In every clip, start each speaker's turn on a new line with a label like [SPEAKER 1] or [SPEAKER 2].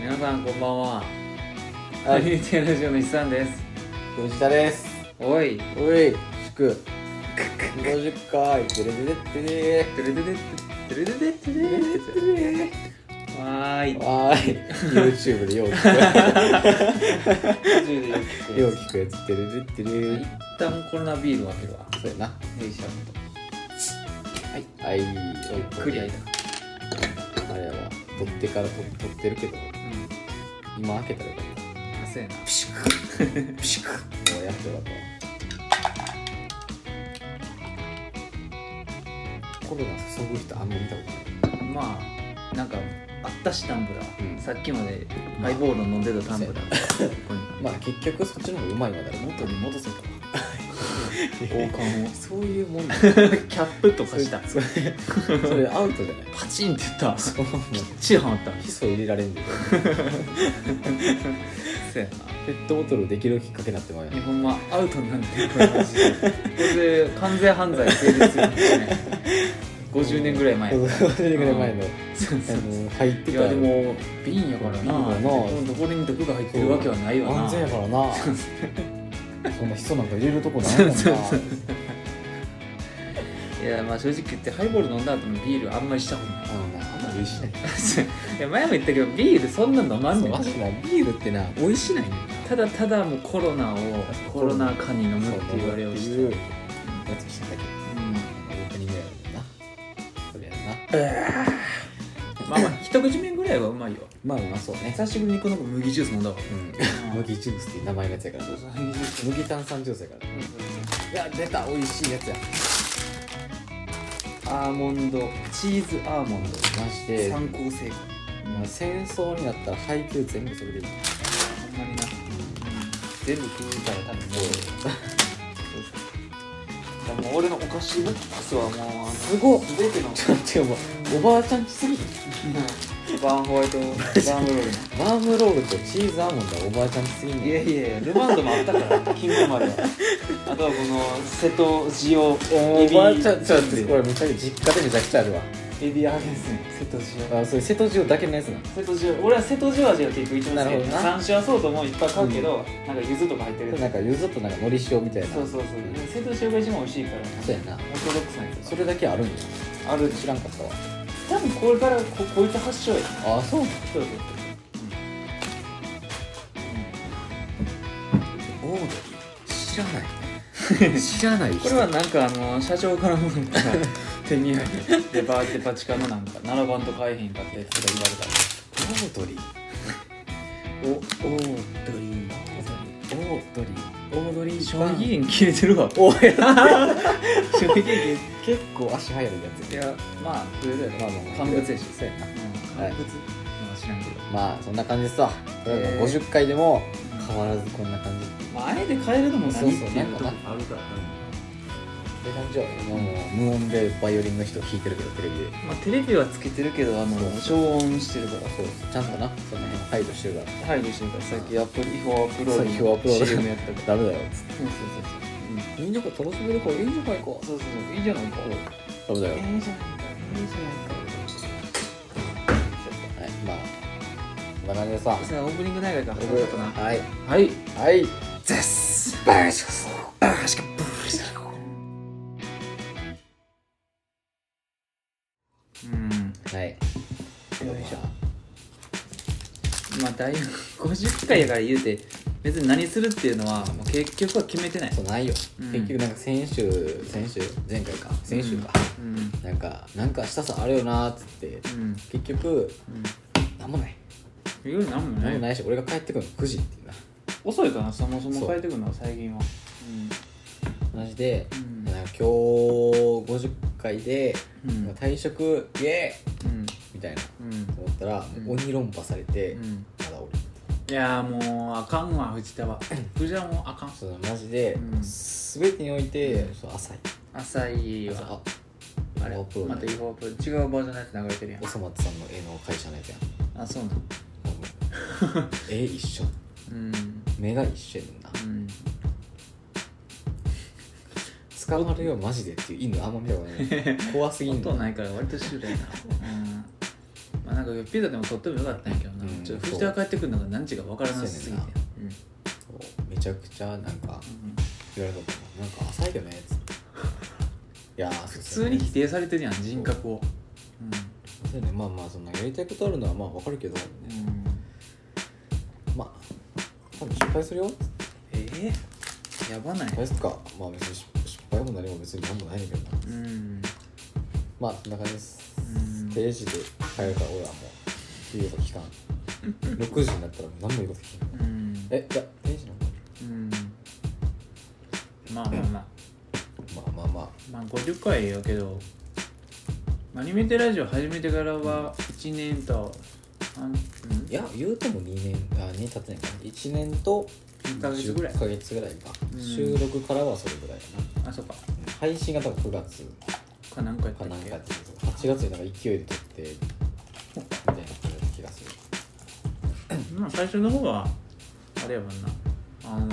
[SPEAKER 1] 皆さんこんばんは RT ラジオの石さんです
[SPEAKER 2] 藤田です
[SPEAKER 1] お い
[SPEAKER 2] おい 祝50回テレテレテレ
[SPEAKER 1] てるででてるででてる
[SPEAKER 2] テレテ
[SPEAKER 1] でわーい
[SPEAKER 2] レわーい YouTube でよう聞 くよう聞くやつテレテレテレ
[SPEAKER 1] 一旦コロナビールを開けるわ
[SPEAKER 2] そうやな
[SPEAKER 1] よいしょ
[SPEAKER 2] はいはい
[SPEAKER 1] ゆっくり開いた
[SPEAKER 2] あれは取ってから取取ってるけど
[SPEAKER 1] うん
[SPEAKER 2] 今開けたらよかっ
[SPEAKER 1] 汗やな
[SPEAKER 2] たピシクピシクもうやってよかったわコロナ注ぐ人あんま見たことない
[SPEAKER 1] まあなんかあったしタンブラー、
[SPEAKER 2] うん
[SPEAKER 1] さっきまでハイボール飲んでたタンブラー、ここに
[SPEAKER 2] まあ結局そっちの方がうまいわだろ
[SPEAKER 1] 元に戻せたわ 王冠を
[SPEAKER 2] そういうもんだ
[SPEAKER 1] キャップとかした
[SPEAKER 2] それそれアウトじゃない
[SPEAKER 1] パチンって言った
[SPEAKER 2] そうなの
[SPEAKER 1] ピッチリハマった
[SPEAKER 2] ヒ素入れられんで
[SPEAKER 1] そうや
[SPEAKER 2] ペットボトルできるきっかけになってまうやん
[SPEAKER 1] なほんまアウトになってるこれマジでこれで完全犯罪成立するんですね50年ぐらい前
[SPEAKER 2] そうそれぐらい前の
[SPEAKER 1] そうそう
[SPEAKER 2] あの入って
[SPEAKER 1] い
[SPEAKER 2] た
[SPEAKER 1] やでも瓶やからな
[SPEAKER 2] 瓶やな
[SPEAKER 1] どこに毒が入ってるわけはないわな
[SPEAKER 2] 安全やから な
[SPEAKER 1] そう
[SPEAKER 2] そんなヒ素なんか入れるとこないもんな
[SPEAKER 1] そうそういやまあ正直言ってハイボール飲んだ後のビールあんまりしたことない
[SPEAKER 2] あのなあんまり美味しない
[SPEAKER 1] いや前も言ったけどビールそんな飲まんねん
[SPEAKER 2] そうマジなビールってな美味しないねんな
[SPEAKER 1] ただただもうコロナをコロナ禍に飲む
[SPEAKER 2] そ
[SPEAKER 1] っ
[SPEAKER 2] う
[SPEAKER 1] て言われをして
[SPEAKER 2] 飲むっていうやつしただけオープニングやもんなそれやな
[SPEAKER 1] まあまあ一口目ぐらいはうまいよ
[SPEAKER 2] まあうまそうね
[SPEAKER 1] 久しぶりにこの子麦ジュース飲んだわ
[SPEAKER 2] うん麦ジュースっていう名前のやつやから麦炭酸ジュースやからいや出た美味しいやつや
[SPEAKER 1] アーモンドチーズアーモンド
[SPEAKER 2] まして
[SPEAKER 1] 参考成果
[SPEAKER 2] まあ戦争になったら配給全部それでいい
[SPEAKER 1] ほんまにな全部食うから多分もうもう俺のお菓子ボックスはもう
[SPEAKER 2] すごっ
[SPEAKER 1] 全ての
[SPEAKER 2] ちょっともうおばあちゃんちすぎる
[SPEAKER 1] バーンホワイトバーンブロール
[SPEAKER 2] バームロールとチーズアーモンドはおばあちゃんちすぎん
[SPEAKER 1] いや
[SPEAKER 2] ね
[SPEAKER 1] いやいやルマンドもあったからキングまではあとはこの瀬戸塩エ
[SPEAKER 2] お
[SPEAKER 1] ビ
[SPEAKER 2] ばあちゃんちょっと待ってこ
[SPEAKER 1] れ
[SPEAKER 2] れめちゃくちゃ実家でめちゃくちゃあるわ
[SPEAKER 1] エビ揚げですね瀬戸塩
[SPEAKER 2] あそれ瀬戸塩だけのやつな
[SPEAKER 1] 瀬戸塩俺は瀬戸塩味が結構一番好き
[SPEAKER 2] なるほどな
[SPEAKER 1] 山椒はそうともいっぱい買うけど、なんか柚子とか入ってるやつ
[SPEAKER 2] なんかゆずっとなんかのり塩みたいな
[SPEAKER 1] そうそうそう瀬戸塩が一番美味しいから
[SPEAKER 2] そうやな
[SPEAKER 1] オーソドックスなやつ
[SPEAKER 2] それだけあるんや
[SPEAKER 1] あるで
[SPEAKER 2] 知
[SPEAKER 1] しょ
[SPEAKER 2] らんかったわ
[SPEAKER 1] 多分これからここいつ発祥や
[SPEAKER 2] あそうなん
[SPEAKER 1] そうそう
[SPEAKER 2] オードリー知ら ない知らない人
[SPEAKER 1] これはなんかあの社長からも なんか手に入れてバーってパチカのなんか7番と買えへんかったやつとか
[SPEAKER 2] オードリー
[SPEAKER 1] 言われた
[SPEAKER 2] オードリーオードリーオードリー
[SPEAKER 1] お賞味期限切れてるわ
[SPEAKER 2] おや
[SPEAKER 1] 賞味期限
[SPEAKER 2] 結構足早いやつ
[SPEAKER 1] いやまあそれだよ
[SPEAKER 2] まあまあまあ
[SPEAKER 1] 乾物やし
[SPEAKER 2] そうやな
[SPEAKER 1] 乾物まあ知らんけど
[SPEAKER 2] まあそんな感じですわとりあえず
[SPEAKER 1] えー
[SPEAKER 2] 50回でも変わらずこんな感じっ
[SPEAKER 1] まああえて変えるのも何って
[SPEAKER 2] そうそう
[SPEAKER 1] い
[SPEAKER 2] なん
[SPEAKER 1] う
[SPEAKER 2] か
[SPEAKER 1] とこ
[SPEAKER 2] な
[SPEAKER 1] あるから
[SPEAKER 2] て感じはもう無音でバイオリンの人弾いてるけどテレビで
[SPEAKER 1] まあテレビはつけてるけどあの消音してるから
[SPEAKER 2] そうそうちゃんとなその辺配慮してるから
[SPEAKER 1] 配慮してるからさっきアップ違法アップロー
[SPEAKER 2] そ
[SPEAKER 1] ド
[SPEAKER 2] う違法アップロード
[SPEAKER 1] CM やったから
[SPEAKER 2] ダメだよっつっ
[SPEAKER 1] そうそ
[SPEAKER 2] ていいのか楽しめるからいいじゃないか
[SPEAKER 1] うそうそうそうそういいじゃないか
[SPEAKER 2] ダメだ
[SPEAKER 1] い
[SPEAKER 2] よ
[SPEAKER 1] いじゃないかいいじゃ
[SPEAKER 2] はいまあこんな感じでさ
[SPEAKER 1] ないかさあオープニング長いから挟んだかな
[SPEAKER 2] はい
[SPEAKER 1] はい
[SPEAKER 2] はい
[SPEAKER 1] ゼス
[SPEAKER 2] バイシャス
[SPEAKER 1] あーしかブーしかうん
[SPEAKER 2] はいよいしょ
[SPEAKER 1] まあ大学50回やから言うて別に何するっていうのはもう結局は決めてない
[SPEAKER 2] そうないよ、
[SPEAKER 1] うん
[SPEAKER 2] 結局なんか先週先週前回か先週か、
[SPEAKER 1] うん
[SPEAKER 2] なんかなんかしたさあれよなーっつって、
[SPEAKER 1] うん
[SPEAKER 2] 結局
[SPEAKER 1] うん
[SPEAKER 2] なんもない
[SPEAKER 1] 言うなんも
[SPEAKER 2] なん
[SPEAKER 1] な
[SPEAKER 2] も
[SPEAKER 1] い
[SPEAKER 2] ないし、俺が帰ってくるの9時っていうな
[SPEAKER 1] 遅いかなそもそ
[SPEAKER 2] そ
[SPEAKER 1] も
[SPEAKER 2] う
[SPEAKER 1] 変えてくのは最近は
[SPEAKER 2] マジで、
[SPEAKER 1] うん
[SPEAKER 2] なんか今日50回で、
[SPEAKER 1] うんうん
[SPEAKER 2] なんか退職イエーイ
[SPEAKER 1] うん
[SPEAKER 2] みたいな
[SPEAKER 1] うん
[SPEAKER 2] と思ったら、
[SPEAKER 1] ん
[SPEAKER 2] もう鬼論破されて、
[SPEAKER 1] うん
[SPEAKER 2] まだ俺
[SPEAKER 1] いやーもうあかんわ藤田は藤田はもうあかん
[SPEAKER 2] そうマジで、
[SPEAKER 1] うん
[SPEAKER 2] 全てにおいてそう浅い
[SPEAKER 1] 浅い
[SPEAKER 2] 浅
[SPEAKER 1] わ
[SPEAKER 2] あ
[SPEAKER 1] あれ
[SPEAKER 2] アップロード
[SPEAKER 1] また違法アップロード違うバージョンのやつ流れてるやん
[SPEAKER 2] おそ松さんの絵の会社のやつやん
[SPEAKER 1] あそうなの
[SPEAKER 2] 多 分絵一緒
[SPEAKER 1] うん
[SPEAKER 2] 目が一緒やねんな
[SPEAKER 1] うん
[SPEAKER 2] 使われるよマジでっていう犬あんま見たことない怖すぎんの
[SPEAKER 1] 音ないから割とシュールやなうんまあなんなんかピザでも取ってもよかったんやけどな、
[SPEAKER 2] うん
[SPEAKER 1] ちょっと藤田が帰ってくるのが何時か分からなさすぎて
[SPEAKER 2] そうやそうめち ゃくちゃなんか言われたと思うなんか浅いよねっつっていやー
[SPEAKER 1] 普
[SPEAKER 2] 普
[SPEAKER 1] 通に否定されてるやん人格を
[SPEAKER 2] そうねまあまあそんなやりたいことあるのはまあわかるけど、
[SPEAKER 1] うん、うん、
[SPEAKER 2] まあ今度失敗するよ
[SPEAKER 1] ええやばない
[SPEAKER 2] 失敗するかまあ別に失失敗も何も別に何もないねんだけどな
[SPEAKER 1] うん
[SPEAKER 2] まあそんな感じです
[SPEAKER 1] うん
[SPEAKER 2] 定時で帰るから俺はもう言うこと聞かん6時になったらもう何も言うこと聞かん
[SPEAKER 1] うん
[SPEAKER 2] えいや定時なの
[SPEAKER 1] うんまあまあまあ
[SPEAKER 2] まあまあまあ
[SPEAKER 1] まあ50回やけどアニメテラジオ始めてからは1年と半うん
[SPEAKER 2] いや言うても2年あ2年経ってないかな1年と
[SPEAKER 1] 1ヶ月ぐらい
[SPEAKER 2] 10ヶ月ぐらい
[SPEAKER 1] う
[SPEAKER 2] か、
[SPEAKER 1] ん
[SPEAKER 2] 収録からはそれぐらいか
[SPEAKER 1] あそっか
[SPEAKER 2] な配信が多分9月
[SPEAKER 1] かなんかやった
[SPEAKER 2] か
[SPEAKER 1] っ
[SPEAKER 2] なんか
[SPEAKER 1] け
[SPEAKER 2] やってた8月になんか勢いで撮ってみたいな感じだった気がする
[SPEAKER 1] まあ最初の方はあれやもんなあの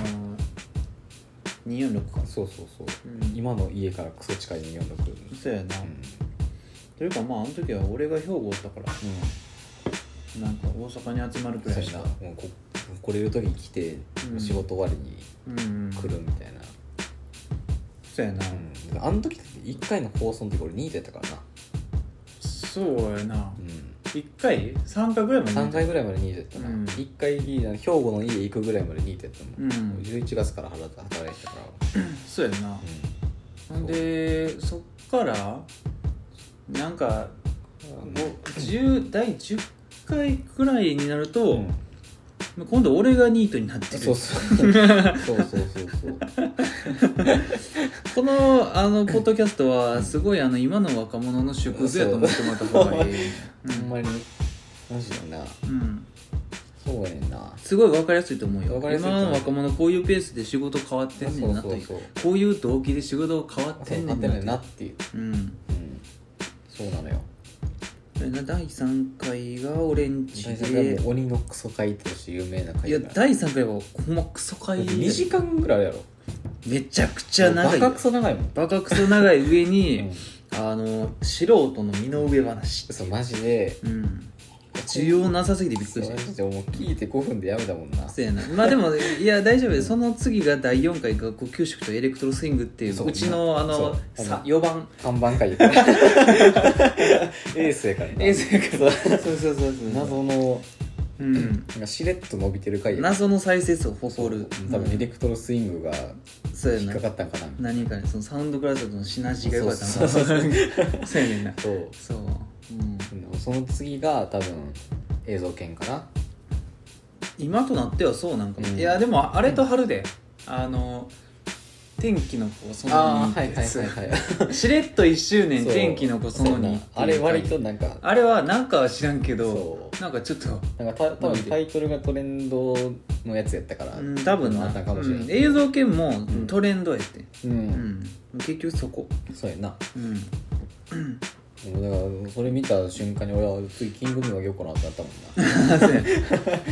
[SPEAKER 1] ー、246か
[SPEAKER 2] そうそうそう、
[SPEAKER 1] うん
[SPEAKER 2] 今の家からクソ近い246
[SPEAKER 1] そうやな、
[SPEAKER 2] うん、
[SPEAKER 1] というかまああの時は俺が兵庫おったからなんか大阪に集まるく
[SPEAKER 2] う
[SPEAKER 1] ら
[SPEAKER 2] ん、そ
[SPEAKER 1] いうし
[SPEAKER 2] や
[SPEAKER 1] か
[SPEAKER 2] なもうここれ言う時に来て、
[SPEAKER 1] うん
[SPEAKER 2] 仕事終わりに
[SPEAKER 1] うん
[SPEAKER 2] 来るみたいな、
[SPEAKER 1] そうやな、
[SPEAKER 2] うん、あの時って1回の放送の時俺2位だったからな、
[SPEAKER 1] そうやな
[SPEAKER 2] うん、
[SPEAKER 1] 1回3回ぐらいまで
[SPEAKER 2] 3回ぐらいまで2位だったな、
[SPEAKER 1] うん
[SPEAKER 2] 1回いいな兵庫の家行くぐらいまで2位だったもん、
[SPEAKER 1] うん
[SPEAKER 2] 11月から働いてたから、
[SPEAKER 1] そうやな、
[SPEAKER 2] う
[SPEAKER 1] ほんでそっからなんか
[SPEAKER 2] ん
[SPEAKER 1] もう10第10回くらいになる
[SPEAKER 2] う
[SPEAKER 1] と、
[SPEAKER 2] ん
[SPEAKER 1] 今度俺がニートになってる
[SPEAKER 2] そ うそうそうそうそうそう
[SPEAKER 1] このあのポッドキャストはすごいあの今の若者の縮図やと思ってもらった方がいい、う
[SPEAKER 2] ほん
[SPEAKER 1] ん
[SPEAKER 2] まにマジだな
[SPEAKER 1] うん、
[SPEAKER 2] そうやねんな
[SPEAKER 1] すごい分かりやすいと思うよ
[SPEAKER 2] 分かりやすいと
[SPEAKER 1] 今
[SPEAKER 2] 思う
[SPEAKER 1] の若者こういうペースで仕事変わってんねんなと
[SPEAKER 2] そうそうそう
[SPEAKER 1] こういう動機で仕事変わってんね
[SPEAKER 2] なっ
[SPEAKER 1] ん
[SPEAKER 2] て
[SPEAKER 1] な
[SPEAKER 2] な
[SPEAKER 1] と
[SPEAKER 2] いなっていう、
[SPEAKER 1] うん
[SPEAKER 2] うん、そうなのよ
[SPEAKER 1] それな第3回がオレンジ
[SPEAKER 2] 大作はも
[SPEAKER 1] で
[SPEAKER 2] う鬼のクソ回として有名な回
[SPEAKER 1] いや
[SPEAKER 2] だ
[SPEAKER 1] 第3回はほんまクソ会
[SPEAKER 2] 2時間ぐらいあるやろ
[SPEAKER 1] めちゃくちゃ長い
[SPEAKER 2] バ
[SPEAKER 1] よ
[SPEAKER 2] カクソ長いもん、
[SPEAKER 1] バカクソ長い上に、
[SPEAKER 2] うん
[SPEAKER 1] あの素人の身の上話
[SPEAKER 2] そうマジで
[SPEAKER 1] うん需要なさすぎてびっくりした
[SPEAKER 2] マジでもう聞いて5分でやめたもんな
[SPEAKER 1] そうやなまあでもいや大丈夫ですその次が第4回学校給食とエレクトロスイングっていう
[SPEAKER 2] そう
[SPEAKER 1] うちのあの
[SPEAKER 2] そう
[SPEAKER 1] さ4番
[SPEAKER 2] 看板会やからエースやからな
[SPEAKER 1] エースやから
[SPEAKER 2] そ
[SPEAKER 1] そ
[SPEAKER 2] う
[SPEAKER 1] うそうそうそう
[SPEAKER 2] 謎の
[SPEAKER 1] うん
[SPEAKER 2] なんかしれっと伸びてる回や
[SPEAKER 1] 謎の再生数を誇る
[SPEAKER 2] 多分エレ
[SPEAKER 1] うん
[SPEAKER 2] クトロスイングが
[SPEAKER 1] そう
[SPEAKER 2] 引
[SPEAKER 1] や
[SPEAKER 2] っかか
[SPEAKER 1] な
[SPEAKER 2] ったんかな
[SPEAKER 1] 何かねそのサウンドクラウドとのシナジーが良かった
[SPEAKER 2] そうそうそう
[SPEAKER 1] な そうやねんな
[SPEAKER 2] そう
[SPEAKER 1] そううん
[SPEAKER 2] その次が多分映像犬かな
[SPEAKER 1] 今となってはそうなんかも、
[SPEAKER 2] うん
[SPEAKER 1] いやでもあれと春で、あの天気の子その
[SPEAKER 2] ああ
[SPEAKER 1] 2
[SPEAKER 2] はいはいはいはい
[SPEAKER 1] しれっと1周年
[SPEAKER 2] そう
[SPEAKER 1] 天気の子その2
[SPEAKER 2] あれ割となんか
[SPEAKER 1] あれはなんかは知らんけど
[SPEAKER 2] そ
[SPEAKER 1] なんかちょっと、
[SPEAKER 2] うなんかた多分タイトルがトレンドのやつやったから
[SPEAKER 1] うん、多分
[SPEAKER 2] あ
[SPEAKER 1] な
[SPEAKER 2] ったかもしれ
[SPEAKER 1] うん
[SPEAKER 2] ない
[SPEAKER 1] 映像系も
[SPEAKER 2] ん
[SPEAKER 1] トレンドやって、う
[SPEAKER 2] う
[SPEAKER 1] ん結局そこ
[SPEAKER 2] そうやな
[SPEAKER 1] うん
[SPEAKER 2] もうだからそれ見た瞬間に俺は次キングヌーあげようかなってなったもんな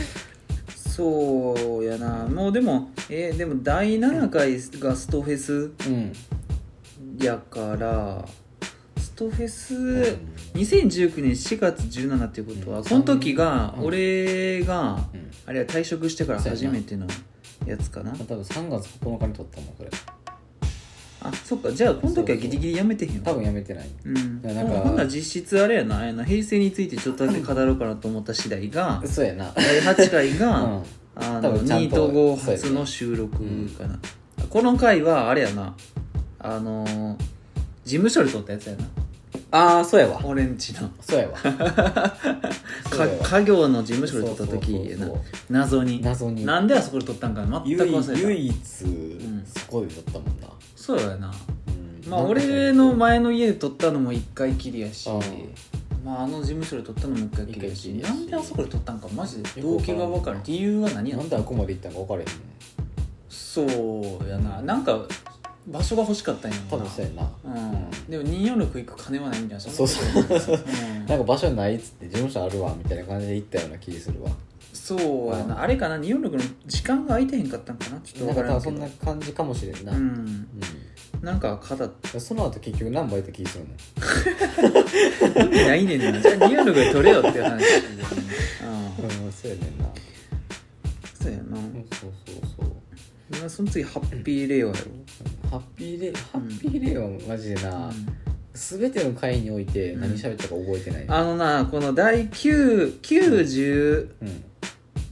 [SPEAKER 1] そうやなもうでもえーでも第7回がストフェス
[SPEAKER 2] うん
[SPEAKER 1] やからストフェス2019年4月17っていうことは、
[SPEAKER 2] うん
[SPEAKER 1] この時が
[SPEAKER 2] うん
[SPEAKER 1] 俺が、
[SPEAKER 2] うん
[SPEAKER 1] あれは退職してから初めてのやつかな
[SPEAKER 2] 多分3月9日に撮ったもんこれ
[SPEAKER 1] あそっかじゃあこの時はギリギリやめてへんわ
[SPEAKER 2] 多分やめてない
[SPEAKER 1] うん、
[SPEAKER 2] なんか
[SPEAKER 1] ほんなら実質あれやなあれやな平成についてちょっとだけ語ろうかなと思った次第が
[SPEAKER 2] そうやな
[SPEAKER 1] 第8回が、
[SPEAKER 2] うん
[SPEAKER 1] あ
[SPEAKER 2] 多
[SPEAKER 1] の
[SPEAKER 2] 分ちゃんと
[SPEAKER 1] ニート後初の収録かな、この回はあれやなあのー事務所で撮ったやつやな
[SPEAKER 2] ああそうやわ
[SPEAKER 1] 俺んちの
[SPEAKER 2] そうやわそう
[SPEAKER 1] か
[SPEAKER 2] やわ
[SPEAKER 1] 家業の事務所で撮った時
[SPEAKER 2] そうそう
[SPEAKER 1] や
[SPEAKER 2] そ
[SPEAKER 1] な
[SPEAKER 2] うそう
[SPEAKER 1] 謎に
[SPEAKER 2] 謎に
[SPEAKER 1] なんであそこで撮ったんか全く
[SPEAKER 2] 唯
[SPEAKER 1] 忘れた
[SPEAKER 2] 唯一
[SPEAKER 1] ん
[SPEAKER 2] そこで撮ったもんな、
[SPEAKER 1] そうやな
[SPEAKER 2] うん
[SPEAKER 1] まあ
[SPEAKER 2] なんかそう
[SPEAKER 1] 俺の前の家で撮ったのも1回きりやし
[SPEAKER 2] うん
[SPEAKER 1] まああの事務所で撮ったのも1回きりやし
[SPEAKER 2] 一回
[SPEAKER 1] なん
[SPEAKER 2] きりやし
[SPEAKER 1] であそこで撮ったんかマジで
[SPEAKER 2] よ
[SPEAKER 1] 動
[SPEAKER 2] くわか
[SPEAKER 1] 機
[SPEAKER 2] らん
[SPEAKER 1] が分かる理由は何や
[SPEAKER 2] な
[SPEAKER 1] の
[SPEAKER 2] んであこまで行ったんか分からへんね
[SPEAKER 1] そうやななんか場所が欲しかったんや
[SPEAKER 2] 多
[SPEAKER 1] ろな
[SPEAKER 2] 分そうやな、
[SPEAKER 1] うんでも246行く金はないみたいな
[SPEAKER 2] そうん
[SPEAKER 1] なことやなうん
[SPEAKER 2] なんか場所ないっつって事務所あるわみたいな感じで行ったような気するわ
[SPEAKER 1] そうや
[SPEAKER 2] うん
[SPEAKER 1] なあれかな246の時間が空いてへんかったんかなちょっと分か
[SPEAKER 2] なんから多
[SPEAKER 1] ん
[SPEAKER 2] 分
[SPEAKER 1] け
[SPEAKER 2] そ
[SPEAKER 1] ど
[SPEAKER 2] んな感じかもしれんな、
[SPEAKER 1] うん
[SPEAKER 2] うん
[SPEAKER 1] なんか肩
[SPEAKER 2] その後結局何倍って聞いてるの
[SPEAKER 1] 意味ないねんなじゃあリアルが取れよっていう 話うん
[SPEAKER 2] うんそうやねんな
[SPEAKER 1] そうやな
[SPEAKER 2] そうそうそう
[SPEAKER 1] 俺はその次ハッピーレオやろ
[SPEAKER 2] ハッピーレイハッピーレイはマジでな、全ての回において何喋ったか覚えてない、
[SPEAKER 1] あのなこの第91011
[SPEAKER 2] うん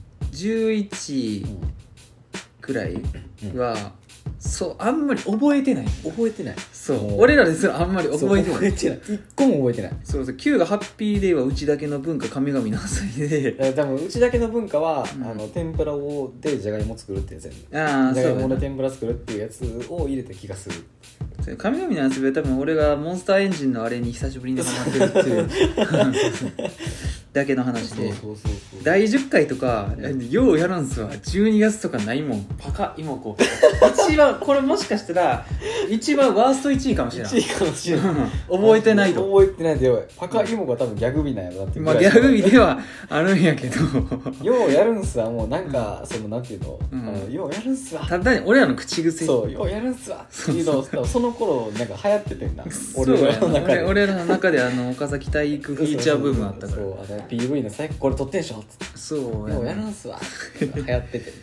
[SPEAKER 2] うん
[SPEAKER 1] くらい
[SPEAKER 2] うん
[SPEAKER 1] はそうあんまり覚えてない
[SPEAKER 2] 覚えてない
[SPEAKER 1] そう
[SPEAKER 2] おー
[SPEAKER 1] 俺らですらあんまり
[SPEAKER 2] そ
[SPEAKER 1] 覚
[SPEAKER 2] う
[SPEAKER 1] えてない
[SPEAKER 2] 一個も覚えてない
[SPEAKER 1] そうそう9がハッピーデーはうちだけの文化神々の遊びで
[SPEAKER 2] だから多分うちだけの文化は、
[SPEAKER 1] うん
[SPEAKER 2] あの天ぷらをでじゃがいも作るってやつやね
[SPEAKER 1] ああ
[SPEAKER 2] じ
[SPEAKER 1] そ
[SPEAKER 2] ゃがいう
[SPEAKER 1] や
[SPEAKER 2] もで
[SPEAKER 1] な
[SPEAKER 2] 天ぷら作るっていうやつを入れた気がする
[SPEAKER 1] そう神々の遊びは多分俺がモンスターエンジンのあれに久しぶりにハマってるっていう だけの話で
[SPEAKER 2] うそうそう
[SPEAKER 1] 第10回とか、
[SPEAKER 2] うん
[SPEAKER 1] ようやるんすわ12月とかないもんパカ今こう一番これもしかしたら一番ワースト1位かもしれない
[SPEAKER 2] 1位かもしれない
[SPEAKER 1] 覚えてない と
[SPEAKER 2] 覚えてないでやばいパカイモが多分ギャグビなんやろなっていう
[SPEAKER 1] ま
[SPEAKER 2] ぐ
[SPEAKER 1] あ
[SPEAKER 2] らい
[SPEAKER 1] ギャグ日ではあるんやけど
[SPEAKER 2] ようやるんすわもうなんか、そのなんていうの,、
[SPEAKER 1] うん
[SPEAKER 2] あのようやるんすわ
[SPEAKER 1] ただに俺らの口癖
[SPEAKER 2] そうようやるんすわっていうのをその頃なんか流行っててんな
[SPEAKER 1] そう
[SPEAKER 2] 俺
[SPEAKER 1] や
[SPEAKER 2] ら
[SPEAKER 1] な
[SPEAKER 2] の中
[SPEAKER 1] 俺
[SPEAKER 2] で
[SPEAKER 1] 俺らの中であの岡崎体育フィーチャーブームあったから
[SPEAKER 2] そうあの PV の最後これ撮ってんでしょっつって
[SPEAKER 1] そう
[SPEAKER 2] ようや
[SPEAKER 1] や
[SPEAKER 2] る
[SPEAKER 1] なん
[SPEAKER 2] すわ流行っ てて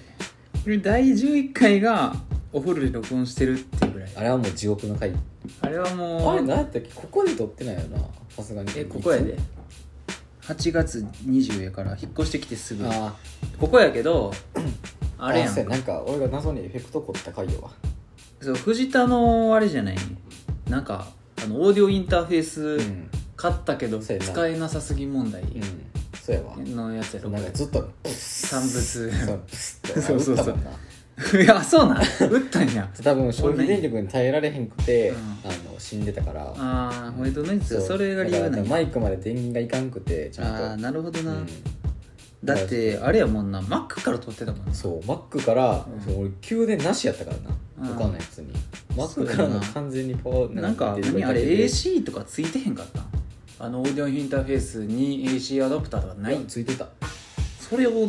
[SPEAKER 1] これ第11回がお風呂で録音してるっていうぐらい
[SPEAKER 2] あれはもう地獄の回
[SPEAKER 1] あれはも
[SPEAKER 2] あれ
[SPEAKER 1] う
[SPEAKER 2] 何やったっけここで撮ってないよなさすがに
[SPEAKER 1] えここやで8月20やから引っ越してきてすぐ
[SPEAKER 2] あ
[SPEAKER 1] ここやけど
[SPEAKER 2] あ
[SPEAKER 1] あれやん
[SPEAKER 2] そうなんか俺が謎にエフェクト凝った回よわ
[SPEAKER 1] そう藤田のあれじゃないなんかあのオーディオインターフェー
[SPEAKER 2] う
[SPEAKER 1] ス
[SPEAKER 2] ん
[SPEAKER 1] 買ったけど
[SPEAKER 2] そうやな
[SPEAKER 1] 使えなさすぎ問題
[SPEAKER 2] うんそうやわ
[SPEAKER 1] のやつやろ
[SPEAKER 2] なんかずっと
[SPEAKER 1] 産物
[SPEAKER 2] そうプスッて
[SPEAKER 1] そうそうそう
[SPEAKER 2] 打ったもんない
[SPEAKER 1] やそうなん打ったんや
[SPEAKER 2] 多分消費電力に耐えられへんくて、
[SPEAKER 1] うん
[SPEAKER 2] あの死んでたから
[SPEAKER 1] ああホワイトノイズ
[SPEAKER 2] う
[SPEAKER 1] それが理由な
[SPEAKER 2] だから
[SPEAKER 1] んや
[SPEAKER 2] マイクまで電源がいかんくてち
[SPEAKER 1] あ
[SPEAKER 2] ゃ
[SPEAKER 1] ー
[SPEAKER 2] んと
[SPEAKER 1] なるほどな、
[SPEAKER 2] う
[SPEAKER 1] だってあれやもんな Mac から撮ってたもん
[SPEAKER 2] ん、
[SPEAKER 1] ね
[SPEAKER 2] そう Mac から、
[SPEAKER 1] うん
[SPEAKER 2] そう俺給電なしやったからな、
[SPEAKER 1] うん
[SPEAKER 2] 他のやつに
[SPEAKER 1] そう
[SPEAKER 2] Mac
[SPEAKER 1] やな
[SPEAKER 2] からの完全にパワー
[SPEAKER 1] なんか
[SPEAKER 2] 出てる
[SPEAKER 1] 何
[SPEAKER 2] だ
[SPEAKER 1] あ
[SPEAKER 2] け
[SPEAKER 1] れ
[SPEAKER 2] で
[SPEAKER 1] AC とかついてへんかったあのオーディオインターフェースに AC アダプターとかない
[SPEAKER 2] いやついてた
[SPEAKER 1] それを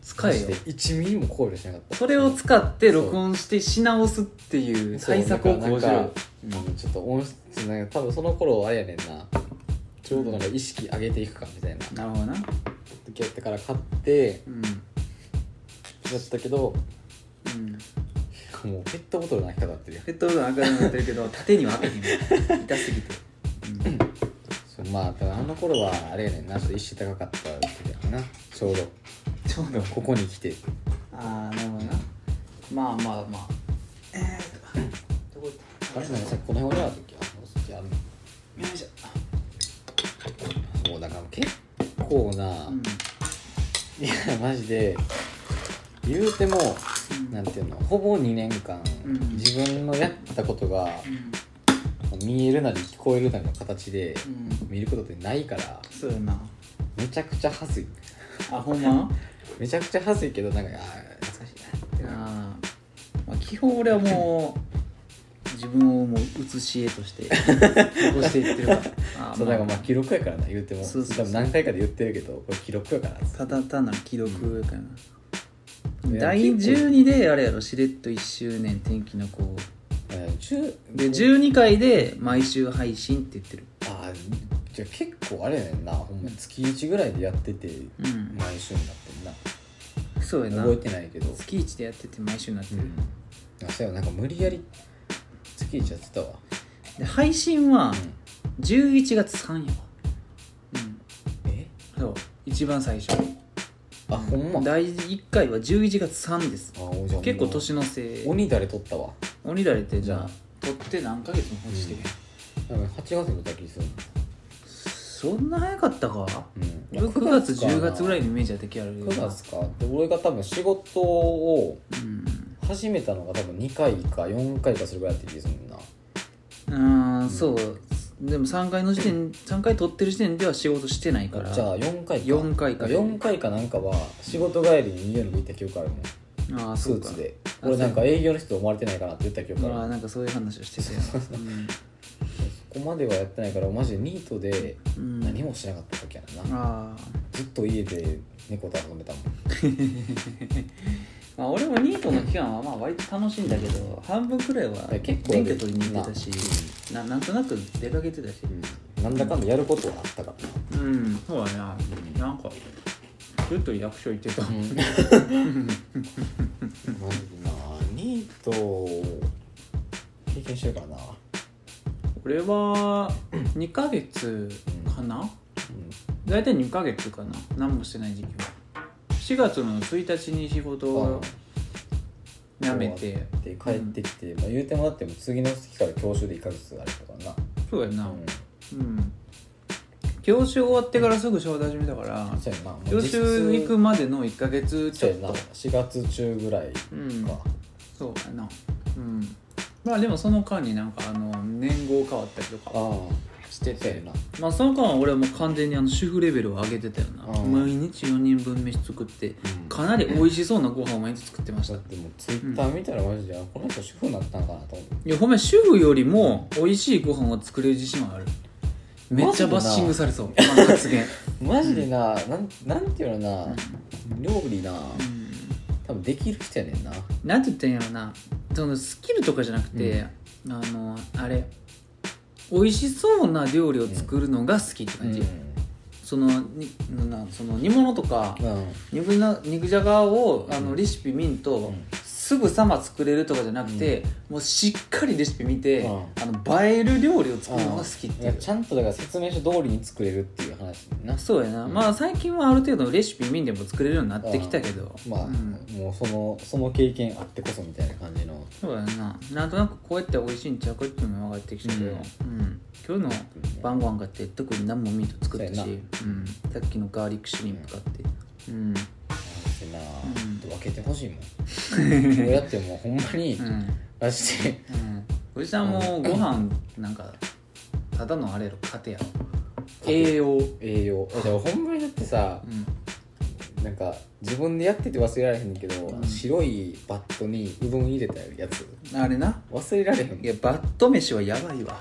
[SPEAKER 1] 使
[SPEAKER 2] マ
[SPEAKER 1] え
[SPEAKER 2] ジ
[SPEAKER 1] よ
[SPEAKER 2] で1ミリも考慮しなかった
[SPEAKER 1] それを使って録音してし直すっていう
[SPEAKER 2] そう
[SPEAKER 1] 対策を講じ
[SPEAKER 2] なん
[SPEAKER 1] ろ
[SPEAKER 2] かうんちょっと音質なんか多分その頃あれやねんなちょうどなんか意識上げていくかみたい
[SPEAKER 1] な
[SPEAKER 2] な
[SPEAKER 1] るほどな
[SPEAKER 2] 時やったから買って
[SPEAKER 1] うん
[SPEAKER 2] やったけど
[SPEAKER 1] うん
[SPEAKER 2] もうペットボトルの開き方になってるやん
[SPEAKER 1] ペットボトルの赤くなってるけど縦には開けへんわ痛すぎてうん
[SPEAKER 2] そうまあ多分あの頃はあれやねんなちょっと意識高かった時やなちょうど
[SPEAKER 1] ちょうど
[SPEAKER 2] ここに来て
[SPEAKER 1] ああなるほどなまあまあまあえーっとどこ行
[SPEAKER 2] あ
[SPEAKER 1] っ
[SPEAKER 2] れ
[SPEAKER 1] た
[SPEAKER 2] なんかさっきこの辺俺らの時あの時ある
[SPEAKER 1] よいしょ
[SPEAKER 2] のそうだから結構な、
[SPEAKER 1] うん
[SPEAKER 2] いやマジで言うてもなんていうのほぼ2年間、
[SPEAKER 1] うん
[SPEAKER 2] 自分のやったことが
[SPEAKER 1] うん
[SPEAKER 2] 見えるなり聞こえるなりの形で
[SPEAKER 1] うん
[SPEAKER 2] 見ることってないから
[SPEAKER 1] そうやな
[SPEAKER 2] めちゃくちゃ恥ずい
[SPEAKER 1] あほんま
[SPEAKER 2] めちゃくちゃ恥ずいけどなんかあー懐かしいなってな
[SPEAKER 1] あーまあ基本俺はもう自分をもう写し絵として残していって るからあー
[SPEAKER 2] そう
[SPEAKER 1] ま
[SPEAKER 2] な
[SPEAKER 1] あ
[SPEAKER 2] んかまあ記録やからな言うても
[SPEAKER 1] そうそうそう
[SPEAKER 2] 多分何回かで言ってるけどこれ記録やから
[SPEAKER 1] ただ単なる既読やからな、
[SPEAKER 2] うん
[SPEAKER 1] 第12であれやろしれっと1周年天気の子
[SPEAKER 2] うん10
[SPEAKER 1] で12回で毎週配信って言ってる
[SPEAKER 2] あーじゃあ結構あれやねんなほんま月1ぐらいでやってて
[SPEAKER 1] うん
[SPEAKER 2] 毎週になってんな
[SPEAKER 1] そうやな
[SPEAKER 2] 覚えてないけど
[SPEAKER 1] 月1でやってて毎週になって
[SPEAKER 2] う
[SPEAKER 1] る、
[SPEAKER 2] んあそうやなんか無理やり月1やってたわ
[SPEAKER 1] で配信は
[SPEAKER 2] うん
[SPEAKER 1] 11月3やわうん
[SPEAKER 2] え
[SPEAKER 1] そう一番最初
[SPEAKER 2] あほんま
[SPEAKER 1] 第1回は11月3です
[SPEAKER 2] あおじゃあ
[SPEAKER 1] 結構
[SPEAKER 2] もう
[SPEAKER 1] 年のせい
[SPEAKER 2] 鬼だれ取ったわ
[SPEAKER 1] 鬼だれってじゃあ取って何ヶ月も落ちてる、
[SPEAKER 2] 多分8月に取った気する
[SPEAKER 1] そんな早かったか
[SPEAKER 2] うん
[SPEAKER 1] 俺9月10月ぐらい
[SPEAKER 2] い
[SPEAKER 1] のイメージは出来あるよな
[SPEAKER 2] 9月かで俺が多分仕事を
[SPEAKER 1] うん
[SPEAKER 2] 始めたのが多分2回か4回かそれぐらいやって気するもんな
[SPEAKER 1] あーそうでも3回の時点3回取ってる時点では仕事してないから
[SPEAKER 2] じゃあ4回か
[SPEAKER 1] 4回か
[SPEAKER 2] 4回かなんかは仕事帰りに家に行った記憶あるもん
[SPEAKER 1] ああ
[SPEAKER 2] ス
[SPEAKER 1] そう
[SPEAKER 2] ー
[SPEAKER 1] か
[SPEAKER 2] ツで
[SPEAKER 1] あ
[SPEAKER 2] 俺なんか営業の人と思われてないかなって言った記
[SPEAKER 1] あ
[SPEAKER 2] 憶ある
[SPEAKER 1] ーなんかそういう話をしてたよ、 うん
[SPEAKER 2] そこまではやってないからマジでニートで
[SPEAKER 1] うん
[SPEAKER 2] 何もしなかった時やな、
[SPEAKER 1] ああ
[SPEAKER 2] ずっと家で猫と遊んでたもん
[SPEAKER 1] まあ俺もニートの期間はまあ割と楽しいんだけど半分くらいは免
[SPEAKER 2] 結構
[SPEAKER 1] 許取りに行ってたしななんとなく出かけてたし
[SPEAKER 2] うんなんだかんだやることはあったからな
[SPEAKER 1] うんそうだねなんかずっと役所行ってた
[SPEAKER 2] うん何と経験してるからな、
[SPEAKER 1] 俺は2ヶ月かな大体2ヶ月かな何もしてない時期は4月の1日に仕事を辞めて
[SPEAKER 2] で帰ってきて、まあ、言うてもらっても次の月から教習で1ヶ月あるから
[SPEAKER 1] そうやな
[SPEAKER 2] な、う
[SPEAKER 1] うん教習終わってからすぐ仕事始めたから
[SPEAKER 2] ん、そうやなもう
[SPEAKER 1] 教
[SPEAKER 2] 実質
[SPEAKER 1] 習行くまでの1ヶ月ち
[SPEAKER 2] そ
[SPEAKER 1] ょ
[SPEAKER 2] う
[SPEAKER 1] っ
[SPEAKER 2] やな
[SPEAKER 1] と
[SPEAKER 2] 4月中ぐらいか、
[SPEAKER 1] うんそうやなうんまあでもその間になんかあの年号変わったりとか
[SPEAKER 2] あ
[SPEAKER 1] して
[SPEAKER 2] そうや
[SPEAKER 1] て
[SPEAKER 2] な
[SPEAKER 1] まあその間は俺はもう完全にあの主婦レベルを上げてたよな
[SPEAKER 2] うん
[SPEAKER 1] 毎日4人分飯作ってかなり美味しそうなご飯を毎日作ってまし
[SPEAKER 2] だ
[SPEAKER 1] た
[SPEAKER 2] っ。てもうツイッター見たらマジで、あこの人主婦になったんかなと思って
[SPEAKER 1] いや、ほんまに主婦よりも美味しいご飯を作れる自信はある。めっちゃバッシングされそう。まあ発 言。
[SPEAKER 2] マジでな、なんなんていうのな、料理な
[SPEAKER 1] うん
[SPEAKER 2] 多分できる人やねんな
[SPEAKER 1] なんて言ったらいいんやろな。そのスキルとかじゃなくて、あの、あれ。美味しそうな料理を作るのが好きって感じ、そのになその煮物とか
[SPEAKER 2] うん
[SPEAKER 1] 肉な肉じゃがをあ
[SPEAKER 2] う
[SPEAKER 1] の
[SPEAKER 2] ん
[SPEAKER 1] レシピ見んと、
[SPEAKER 2] うん
[SPEAKER 1] すぐさま作れるとかじゃなくて、もうしっかりレシピ見て、
[SPEAKER 2] うん
[SPEAKER 1] あの映える料理を作るのが好きって
[SPEAKER 2] い
[SPEAKER 1] いう
[SPEAKER 2] やちゃんとだから説明書通りに作れるっていう話だな
[SPEAKER 1] そうやな、
[SPEAKER 2] うん
[SPEAKER 1] まあ最近はある程度レシピ見んでも作れるようになってきたけど
[SPEAKER 2] まあ、
[SPEAKER 1] うん
[SPEAKER 2] もうそのその経験あってこそみたいな感じの
[SPEAKER 1] そうやななんとなくこうやって美味しいんちゃうかっていうのが分かってきたけど、うん今日の晩ご飯買って特に何もミート作ったし、
[SPEAKER 2] そうや
[SPEAKER 1] うん、さっきのガーリックシュリンプ買ってうん
[SPEAKER 2] 話な、
[SPEAKER 1] ん
[SPEAKER 2] 分けてほしいもんそうやってもうほんまに
[SPEAKER 1] うん、うん
[SPEAKER 2] 出して
[SPEAKER 1] おじさんもご飯なんかただのあれやろ糧やろ栄養うん
[SPEAKER 2] 栄養でもほんまにだってさなんか自分でやってて忘れられへんけど、
[SPEAKER 1] うん
[SPEAKER 2] 白いバットにうどん入れたやつ
[SPEAKER 1] あれな
[SPEAKER 2] 忘れられへん
[SPEAKER 1] いやバット飯はやばいわ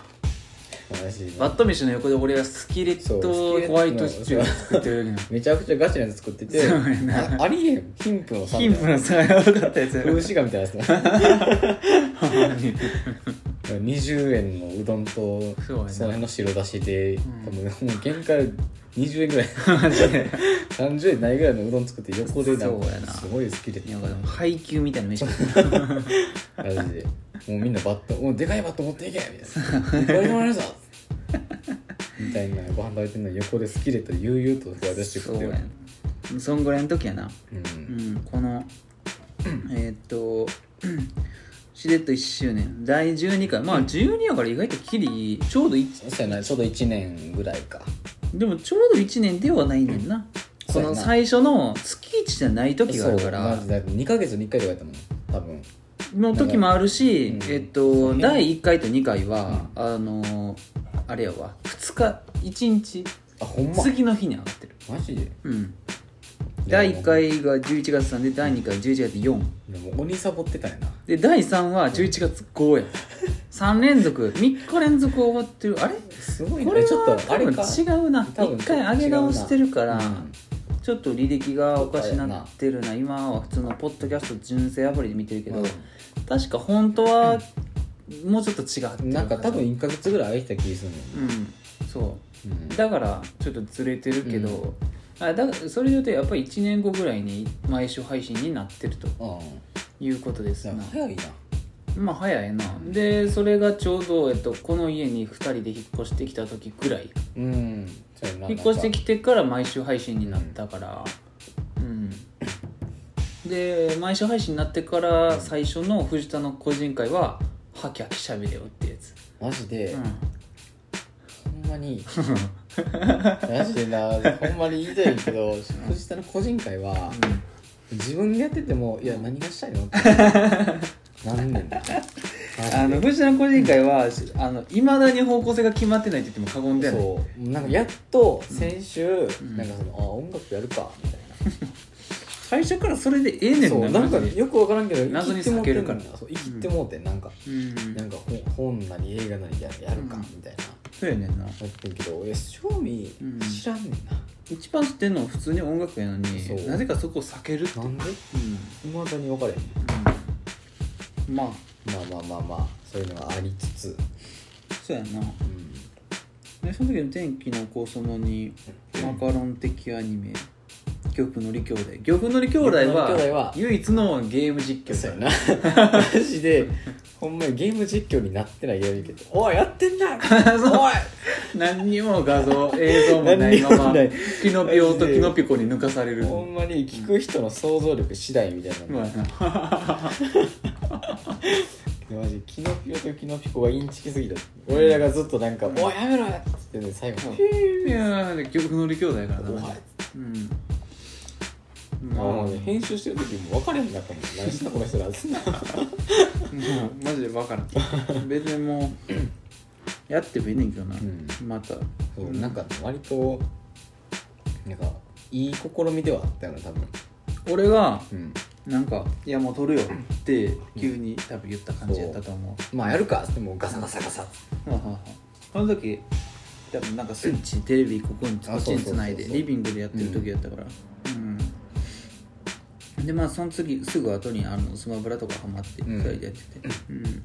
[SPEAKER 2] 私ね
[SPEAKER 1] バット飯の横で俺がスキレッ
[SPEAKER 2] そうスキレッ
[SPEAKER 1] ト
[SPEAKER 2] ト
[SPEAKER 1] ホワイトシチュー作ってる時の
[SPEAKER 2] めちゃくちゃガチなやつ作ってて
[SPEAKER 1] そうやな
[SPEAKER 2] あありえん貧富の差
[SPEAKER 1] 貧富の差がやばかったやつやろ
[SPEAKER 2] 風刺画みたいなやつね20円のうどんと
[SPEAKER 1] そ
[SPEAKER 2] そう
[SPEAKER 1] や
[SPEAKER 2] の
[SPEAKER 1] な
[SPEAKER 2] 辺の白だしで、
[SPEAKER 1] ん
[SPEAKER 2] 多分もう限界20円ぐらい30円ないぐらいのうどん作って横でなんか
[SPEAKER 1] そうやな
[SPEAKER 2] すごい好きで
[SPEAKER 1] なんかでも配給みたいな飯食って
[SPEAKER 2] マジでもうみんなバットもうでかいバット持っていけみ たいな「これもらえるぞ!」みたいなご飯食べてんのに横でスキレットで悠々とこうやってして
[SPEAKER 1] そ
[SPEAKER 2] 食
[SPEAKER 1] う
[SPEAKER 2] って
[SPEAKER 1] や
[SPEAKER 2] る
[SPEAKER 1] なそんぐらいの時やな
[SPEAKER 2] う
[SPEAKER 1] うんんこ のえーっと しれっと1周年第12回まあ12やから意外ときりちょうどい
[SPEAKER 2] そうやなちょうど1年ぐらいか
[SPEAKER 1] でもちょうど1年ではないねんなこ
[SPEAKER 2] そうや
[SPEAKER 1] の
[SPEAKER 2] な
[SPEAKER 1] 最初の月1じゃない時があるか
[SPEAKER 2] そう
[SPEAKER 1] ら
[SPEAKER 2] マジで2ヶ月に1回とかやったもん多分
[SPEAKER 1] の時もあるし、
[SPEAKER 2] うん
[SPEAKER 1] えっ
[SPEAKER 2] そ
[SPEAKER 1] と
[SPEAKER 2] うね
[SPEAKER 1] 第1回と2回は、あのーあれやわ2日1日
[SPEAKER 2] あほんま
[SPEAKER 1] 次の日に上がってる
[SPEAKER 2] マジで
[SPEAKER 1] うん第1回が11月3で第2回11月4
[SPEAKER 2] でも鬼サボってたんやな
[SPEAKER 1] で第3は11月5や3連続3日連続終わってるあれ
[SPEAKER 2] すごい
[SPEAKER 1] こ
[SPEAKER 2] ね
[SPEAKER 1] れ
[SPEAKER 2] ちょっ
[SPEAKER 1] は
[SPEAKER 2] と
[SPEAKER 1] 多
[SPEAKER 2] あれ
[SPEAKER 1] 分
[SPEAKER 2] か
[SPEAKER 1] 違うな
[SPEAKER 2] 多分
[SPEAKER 1] 1回上げ直してるから、
[SPEAKER 2] うん
[SPEAKER 1] ちょっと履歴がおかしなってるな今は普通のポッドキャスト純正アプリで見てるけど、
[SPEAKER 2] うん
[SPEAKER 1] 確か本当はもうちょっと違ってる
[SPEAKER 2] なんか多分
[SPEAKER 1] う
[SPEAKER 2] 1ヶ月ぐらい空いてた気がする
[SPEAKER 1] んそ
[SPEAKER 2] もん、うん
[SPEAKER 1] うだからちょっとずれてるけど、
[SPEAKER 2] う
[SPEAKER 1] あだからそれで言うとやっぱり1年後ぐらいに毎週配信になってると
[SPEAKER 2] あ
[SPEAKER 1] いうことです
[SPEAKER 2] あ
[SPEAKER 1] な
[SPEAKER 2] 早いな
[SPEAKER 1] まあ早いなでそれがちょうど、えっと、この家に2人で引っ越してきた時ぐらい
[SPEAKER 2] うんそうやな
[SPEAKER 1] 引っ越してきてから毎週配信になったからうん、で毎週配信になってから最初の藤田の個人会はハキハキしゃべれよってやつ、
[SPEAKER 2] マジで、
[SPEAKER 1] うん、
[SPEAKER 2] ほん まにマジでなほんまに言いたいけど藤田の個人会は、自分でやっててもいや何がしたいのってなんねんな
[SPEAKER 1] あ
[SPEAKER 2] マジ
[SPEAKER 1] の藤田の個人会はいまだに方向性が決まってないって言っても過言で
[SPEAKER 2] で
[SPEAKER 1] はない
[SPEAKER 2] そうなんかやっと先週、
[SPEAKER 1] ん
[SPEAKER 2] なんかそのあ音楽やるかみたいな
[SPEAKER 1] 最初からそれでええねん
[SPEAKER 2] そうなんか
[SPEAKER 1] マジで
[SPEAKER 2] よく分からんけど
[SPEAKER 1] 謎に
[SPEAKER 2] 生きてもうてん
[SPEAKER 1] 避ける
[SPEAKER 2] そう生きてもうてんなんか、
[SPEAKER 1] うん
[SPEAKER 2] なんか本本なり映画なりややるか
[SPEAKER 1] うん
[SPEAKER 2] みたいな、
[SPEAKER 1] そうやねんな
[SPEAKER 2] やってんけど俺正味
[SPEAKER 1] うん
[SPEAKER 2] 知らんねんな、
[SPEAKER 1] 一番知ってんのは普通に音楽やの
[SPEAKER 2] そう
[SPEAKER 1] になぜかそこを避けるって
[SPEAKER 2] なんで
[SPEAKER 1] うん
[SPEAKER 2] いまだに分かれへん
[SPEAKER 1] うんまあ
[SPEAKER 2] まあまあまあまあそういうのはありつつ
[SPEAKER 1] そうやな
[SPEAKER 2] うん
[SPEAKER 1] でその時の「天気の子様」にマカロン的アニメ「玉乗り兄弟」「玉乗り兄弟
[SPEAKER 2] 玉乗り兄弟
[SPEAKER 1] は
[SPEAKER 2] は
[SPEAKER 1] 唯一のゲーム実
[SPEAKER 2] そうや
[SPEAKER 1] 況だ
[SPEAKER 2] な マジでほんまにゲーム実況になってないゲーム実況おいやって んなおい
[SPEAKER 1] 何にも画 像映像もないまま
[SPEAKER 2] 何にもない
[SPEAKER 1] キノピオとキノピコに抜かされる
[SPEAKER 2] ほんまに聞く人の想像力次第みたいな
[SPEAKER 1] まあ
[SPEAKER 2] の、マジキノピオとキノピコがインチキすぎた俺らがずっとなんか「おいやめろ!」って言ってね最後
[SPEAKER 1] いやーで玉乗り兄弟やから
[SPEAKER 2] お
[SPEAKER 1] な
[SPEAKER 2] 前
[SPEAKER 1] うん
[SPEAKER 2] あ
[SPEAKER 1] まあ
[SPEAKER 2] もうね編集してる時も分かれへんかったもん何したこの人らつな
[SPEAKER 1] も うマジでバカな別にもうやってもいいねんけどな、
[SPEAKER 2] ん
[SPEAKER 1] また
[SPEAKER 2] そうなんか割となんかいい試みではあったよな多分
[SPEAKER 1] 俺が
[SPEAKER 2] うん
[SPEAKER 1] なんか「いやもう撮るよ」って急に多分言った感じやったと思
[SPEAKER 2] まあやるかっつってもうガサガサガサ
[SPEAKER 1] う、はははその時多分なんかスイッチテレビここにこ
[SPEAKER 2] あ
[SPEAKER 1] っち
[SPEAKER 2] そう
[SPEAKER 1] に
[SPEAKER 2] そうそうそう
[SPEAKER 1] つないでリビングでやってる時やったからうん、でまあその次すぐ後にあのスマブラとかハマって
[SPEAKER 2] う
[SPEAKER 1] 2
[SPEAKER 2] ん
[SPEAKER 1] 人でやっててうん、
[SPEAKER 2] そうやな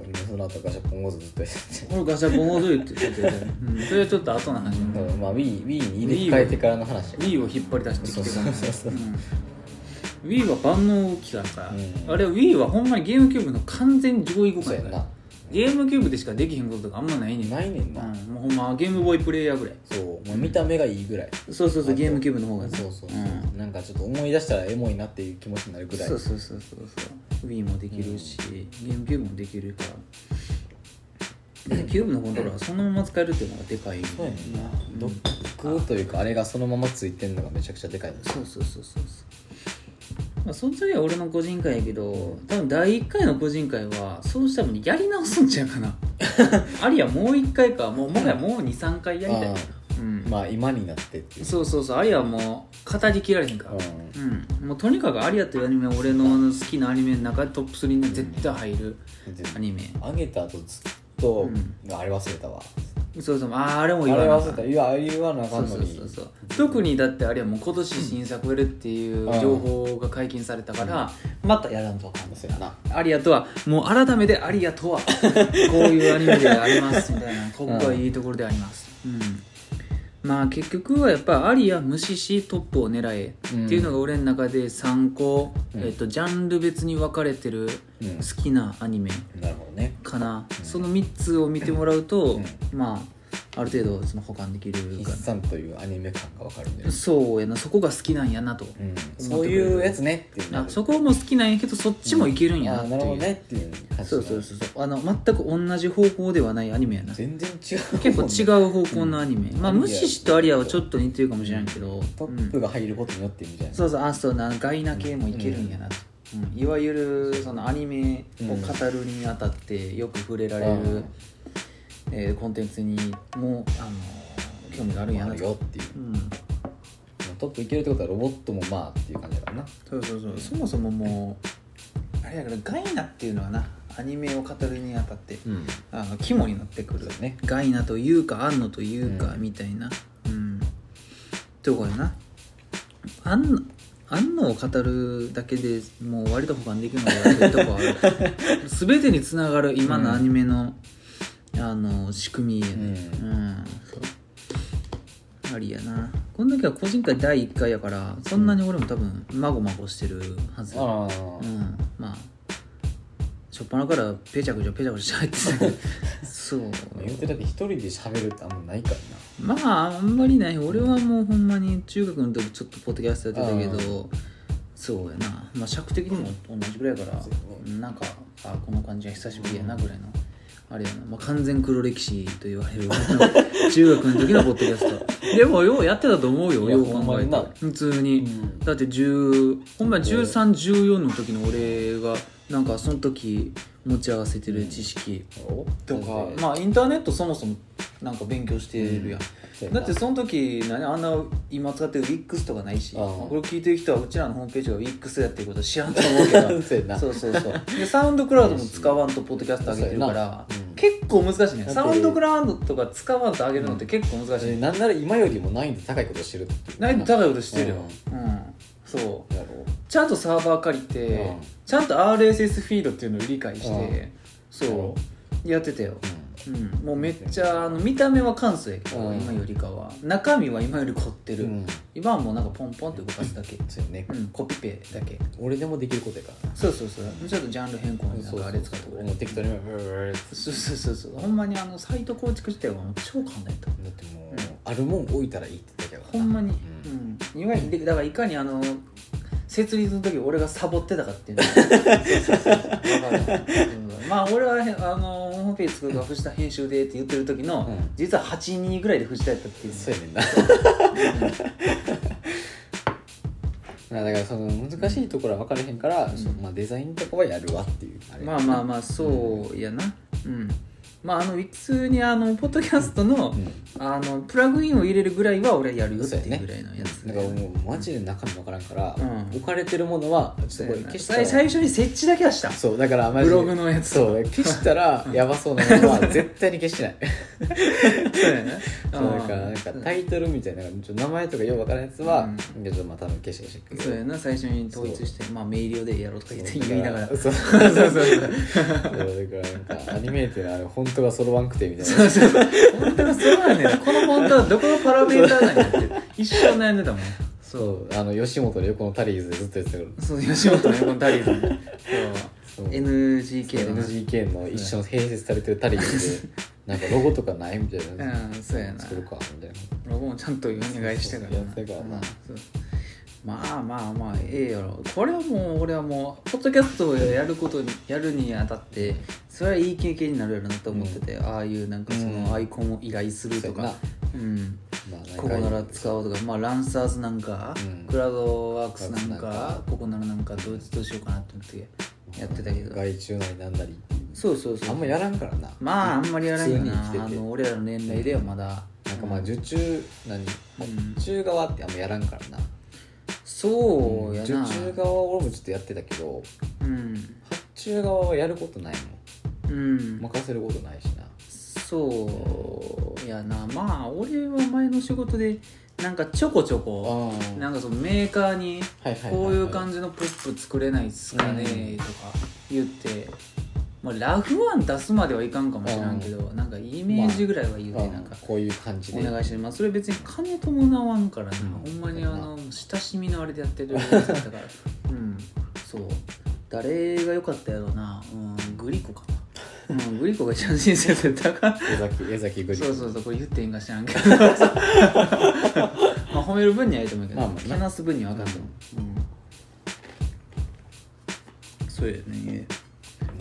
[SPEAKER 2] 俺もその後ガシャポンゴズずっとやってて
[SPEAKER 1] 俺ガシャポンほど言ってたけど、うん、それはちょっと後の話
[SPEAKER 2] だからまあ Wii Wii に入れ替えてからの話やから
[SPEAKER 1] Wii を引っ張り出してきてたん
[SPEAKER 2] そうそうそうそう
[SPEAKER 1] Wii は万能機だから、
[SPEAKER 2] うん
[SPEAKER 1] あれ Wii はほんまにゲームキューブの完全上位互
[SPEAKER 2] そう
[SPEAKER 1] 換
[SPEAKER 2] や
[SPEAKER 1] やか
[SPEAKER 2] ん
[SPEAKER 1] ら
[SPEAKER 2] な
[SPEAKER 1] ゲームキューブでしかできへんこととかあんまないねん
[SPEAKER 2] ないねん
[SPEAKER 1] う
[SPEAKER 2] な、
[SPEAKER 1] ん、もうほんまゲームボーイプレイヤーぐらい
[SPEAKER 2] そう、まあ、見た目がいいぐらい
[SPEAKER 1] そうそうそうゲームキューブの方がね
[SPEAKER 2] そうそうそう、
[SPEAKER 1] ん
[SPEAKER 2] なんかちょっと思い出したらエモいなっていう気持ちになるぐらい
[SPEAKER 1] そうそうそうそうそう Wii もできるし、ゲームキューブもできるからでキューブのコントローラーそのまま使えるっていうのがでかい
[SPEAKER 2] そうやねんな、
[SPEAKER 1] うん
[SPEAKER 2] ドックというかあれがそのままついてんのがめちゃくちゃでかいです
[SPEAKER 1] そうそうそうそうそうまあその時は俺の個人会やけど多分第1回の個人会はそうしたもんやり直すんちゃうか なあるいはもう1回かもうもはやもう23回やりたい、うん
[SPEAKER 2] まあ今になってっていう
[SPEAKER 1] そうそうそうありはもう語りきられへんから
[SPEAKER 2] うん
[SPEAKER 1] うん、もうとにかくアリアというアニメは俺のあの好きなアニメの中でトップ3に絶対入る
[SPEAKER 2] で
[SPEAKER 1] アニメ、
[SPEAKER 2] あげた後ずっと、
[SPEAKER 1] うん
[SPEAKER 2] あれ忘れたわ
[SPEAKER 1] そうそうあああれも
[SPEAKER 2] あ
[SPEAKER 1] 言
[SPEAKER 2] れ
[SPEAKER 1] わなあ
[SPEAKER 2] 忘
[SPEAKER 1] か
[SPEAKER 2] れ
[SPEAKER 1] ん
[SPEAKER 2] たいや言わなあか
[SPEAKER 1] そうんそ
[SPEAKER 2] の
[SPEAKER 1] う
[SPEAKER 2] に
[SPEAKER 1] そうそう特にだってあれはもう今年新作売れっていう情報が解禁されたから、またやらんとあかん
[SPEAKER 2] そうやな
[SPEAKER 1] アリアとはもう改めてアリアとはこういうアニメでありますみたいなここはいいところであります、うんまあ結局はやっぱアリア無視しトップを狙えっていうのが俺の中で参考、
[SPEAKER 2] うん
[SPEAKER 1] えっと、ジャンル別に分かれてる
[SPEAKER 2] うん
[SPEAKER 1] 好きなアニメ
[SPEAKER 2] なるほどね
[SPEAKER 1] かな、
[SPEAKER 2] うん
[SPEAKER 1] その3つを見てもらうと、
[SPEAKER 2] うん
[SPEAKER 1] まあある程度その保管できる
[SPEAKER 2] 筆
[SPEAKER 1] か
[SPEAKER 2] 算というアニメ感がわかるんだよ
[SPEAKER 1] な
[SPEAKER 2] ね
[SPEAKER 1] そうやなそこが好きなんやなと、
[SPEAKER 2] うんそういうやつねっていう
[SPEAKER 1] あそこも好きなんやけどそっちもいけるんやな
[SPEAKER 2] あ
[SPEAKER 1] っ
[SPEAKER 2] ー
[SPEAKER 1] て
[SPEAKER 2] ないる
[SPEAKER 1] う、
[SPEAKER 2] ほどねっていう感じ
[SPEAKER 1] そうそうそうそうあの全く同じ方向ではないアニメやな
[SPEAKER 2] 全然違う
[SPEAKER 1] 結構違う方向のアニメ、まあ
[SPEAKER 2] アニメ
[SPEAKER 1] 無視しとアリアはちょっと似てるかもしれないけど、
[SPEAKER 2] ト
[SPEAKER 1] う
[SPEAKER 2] ッ
[SPEAKER 1] ん
[SPEAKER 2] プが入ることによってみたいな
[SPEAKER 1] そうそうあそうなガイナ系もいけるんやなと、うんいわゆるそのアニメを語るにあたってよく触れられる、
[SPEAKER 2] うん
[SPEAKER 1] えーコンテンツにもあの興味があるんや
[SPEAKER 2] あ
[SPEAKER 1] な
[SPEAKER 2] る
[SPEAKER 1] と、
[SPEAKER 2] よっていう
[SPEAKER 1] うん、
[SPEAKER 2] トップいけるってことはロボットもまあっていう感じだからな
[SPEAKER 1] そうそうそうそもそももうあれやからガイナっていうのはなアニメを語るにあたって
[SPEAKER 2] うん
[SPEAKER 1] あの肝になってくる
[SPEAKER 2] そうね
[SPEAKER 1] ガイナというかアンノというか
[SPEAKER 2] うん
[SPEAKER 1] みたいなうんとこやなアンノアンノを語るだけでもう割と保管できるのかなっていうとこはある全てにつなが る今のアニメの、あの仕組みやねう、
[SPEAKER 2] うん
[SPEAKER 1] ありやなこの時は個人会第1回やからそんなに俺も多分まごまごしてるはず、
[SPEAKER 2] あ
[SPEAKER 1] う
[SPEAKER 2] あ
[SPEAKER 1] んまあ初っ端からペチャクチャペチャクチャ入ってたそう
[SPEAKER 2] 言うてだって一人で喋るってあんまないからな
[SPEAKER 1] まああんまりない俺はもうほんまに中学の時ちょっとポッドキャストやってたけどそうやなまあ尺的にも同じぐらいやから
[SPEAKER 2] そうや
[SPEAKER 1] なんかあこの感じは久しぶりやなぐらいのあれやな、まあ、完全黒歴史と言われる 中学の時のポッドキャス トでもようやってたと思うよ
[SPEAKER 2] いや
[SPEAKER 1] よう
[SPEAKER 2] ほん
[SPEAKER 1] 考
[SPEAKER 2] ま
[SPEAKER 1] え
[SPEAKER 2] に
[SPEAKER 1] た
[SPEAKER 2] な
[SPEAKER 1] ら普通に、
[SPEAKER 2] うん
[SPEAKER 1] だって10ほんま1314の時の俺がなんかその時持ち合わせてる知識とか、まあインターネットそもそもなんか勉強してるやん、
[SPEAKER 2] うん
[SPEAKER 1] だってその時何あんな今使ってる WIX とかないし
[SPEAKER 2] あー
[SPEAKER 1] これ聞いてる人はうちらのホームページが WIX やっていうこと知らんと思うけど
[SPEAKER 2] そうやな
[SPEAKER 1] そうそうそうでサウンドクラウドも使わんとポッドキャスト上げてるから、
[SPEAKER 2] そうやなうん
[SPEAKER 1] 結構難しいね
[SPEAKER 2] だって
[SPEAKER 1] サウンドクラウンドとか使わんと上げるのって結構難しい、
[SPEAKER 2] えなんなら今よりも難易度高いことしてるっていう
[SPEAKER 1] 難易度高いことしてるよ
[SPEAKER 2] う
[SPEAKER 1] うん、そう
[SPEAKER 2] やろ
[SPEAKER 1] ちゃんとサーバー借りて、
[SPEAKER 2] うん
[SPEAKER 1] ちゃんと RSS フィードっていうのを理解して、
[SPEAKER 2] うん
[SPEAKER 1] そううやってたよ、
[SPEAKER 2] う
[SPEAKER 1] うん、もうめっちゃあの見た目は簡素やけど、
[SPEAKER 2] うん
[SPEAKER 1] 今よりかは中身は今より凝ってる、
[SPEAKER 2] ん、うん、
[SPEAKER 1] 今はもうなんかポンポンって動かすだけ、
[SPEAKER 2] そうよね、
[SPEAKER 1] うん、コピペだけ
[SPEAKER 2] 俺でもできることやからな
[SPEAKER 1] そうそうそうちょっとジャンル変更になんかあれ使ってくれ
[SPEAKER 2] もう適当にブーブーブーって
[SPEAKER 1] そうそうそうそうほんまにあのサイト構築自体はもう超簡単やった
[SPEAKER 2] だってもう、
[SPEAKER 1] うん
[SPEAKER 2] あるもん置いたらいいって言ったけど
[SPEAKER 1] ほんまに、
[SPEAKER 2] う
[SPEAKER 1] うんいわゆるでだからいかにあの設立の時俺がサボってたかっていう のそうそうそうわかるうんまあ俺はへあのホームページ作るから藤田編集でって言ってる時の、
[SPEAKER 2] うん
[SPEAKER 1] 実は82ぐらいで藤田やったっていう
[SPEAKER 2] そうやねんな まあだからその難しいところは分からへんから、
[SPEAKER 1] ん
[SPEAKER 2] そのまあ、デザインとかはやるわっていうあれ
[SPEAKER 1] まあまあまあそうやなうんまああの普通にあのポッドキャストの
[SPEAKER 2] うん
[SPEAKER 1] あのプラグインを入れるぐらいは俺やるよって
[SPEAKER 2] そうや
[SPEAKER 1] いう
[SPEAKER 2] ね
[SPEAKER 1] ぐらいのやつ
[SPEAKER 2] だからもうマジで中身分からんから、
[SPEAKER 1] うん
[SPEAKER 2] 置かれてるものはちょっとこれ消した
[SPEAKER 1] 最
[SPEAKER 2] ら
[SPEAKER 1] 最初に設置だけはした
[SPEAKER 2] そうだからマジ
[SPEAKER 1] ブ
[SPEAKER 2] で
[SPEAKER 1] ログのやつ
[SPEAKER 2] そうだから消したらやばそうなものは絶対に 消してない
[SPEAKER 1] そう やね
[SPEAKER 2] そうだからなんかタイトルみたいなちょっと名前とかよう分からんやつは、
[SPEAKER 1] う
[SPEAKER 2] いやちょっとまあ多分消してほしいけど
[SPEAKER 1] そうやな最初に統一してまあ明瞭でやろうとか言って言いながら そうそ
[SPEAKER 2] そう
[SPEAKER 1] うそうそう
[SPEAKER 2] だからなんかアニメーテのあれ本当がそろわんくてみたいな
[SPEAKER 1] そうそう本当はそうなんだよこの本当はどこのパラメーターなん やって一生悩んでたもん
[SPEAKER 2] そうあの吉本で横のタリーズでずっとやってたから
[SPEAKER 1] そう吉本のエコンタリーズン
[SPEAKER 2] そ
[SPEAKER 1] そうう NGK の
[SPEAKER 2] NGK の一緒の併設されてるタリ ーズでなんかロゴとかないみたいな
[SPEAKER 1] うんそうやな
[SPEAKER 2] 作るかみたいな
[SPEAKER 1] ロゴもちゃんとお願いしてから
[SPEAKER 2] そうそうやってたからな
[SPEAKER 1] うんそうまあまあまあええやろこれはもう俺はもうポッドキャストをやることにやるにあたってそれはいい経験になるやろなと思ってて、ああいうなんかそ
[SPEAKER 2] うん
[SPEAKER 1] のアイコンを依頼するとか、うん、
[SPEAKER 2] まあなんか
[SPEAKER 1] ココナラ使おうとか、まあ、ランサーズなんか、
[SPEAKER 2] うん
[SPEAKER 1] クラウドワークスなん
[SPEAKER 2] クラウドワークス
[SPEAKER 1] かココナラなんかどうどうしようかなと思ってやってたけど
[SPEAKER 2] 外注なりなんなり
[SPEAKER 1] そうそうそう
[SPEAKER 2] あんまやらんからな
[SPEAKER 1] まああんまりやらないよな
[SPEAKER 2] 普通に生
[SPEAKER 1] あ
[SPEAKER 2] きてて
[SPEAKER 1] の俺らの年代ではまだ
[SPEAKER 2] なんかまあ受注何
[SPEAKER 1] ん
[SPEAKER 2] 受注側ってあんまやらんからな
[SPEAKER 1] そうや
[SPEAKER 2] 受
[SPEAKER 1] な
[SPEAKER 2] 注側は俺もちょっとやってたけど
[SPEAKER 1] うん
[SPEAKER 2] 発注側はやることない
[SPEAKER 1] うん
[SPEAKER 2] もん任せることないしな
[SPEAKER 1] そうやなまあ俺は前の仕事でなんかちょこちょこ
[SPEAKER 2] あ
[SPEAKER 1] なんかそのメーカーに
[SPEAKER 2] はいはいはいはい
[SPEAKER 1] こういう感じのポップ作れないっすか
[SPEAKER 2] うん
[SPEAKER 1] ねとか言って、まあ、ラフ案出すまではいかんかもしれんけどなんかイメージぐらいは言うてなんか
[SPEAKER 2] こういう感じ
[SPEAKER 1] お
[SPEAKER 2] で
[SPEAKER 1] 願いしてますそれ別に金伴わんからな、
[SPEAKER 2] うん
[SPEAKER 1] ほんまにあの親しみのあれでや ってるやつだからうんそう誰が良かったやろうな、うん、グリコかな、うん、グリコが一番人生で高
[SPEAKER 2] 江崎江崎グリコ
[SPEAKER 1] そうそうそうこれ言っていいんか知らんけど まあ褒める分にはいいと思うけど、
[SPEAKER 2] まあまあね
[SPEAKER 1] 話す分にはあかんと思う、うんそうやね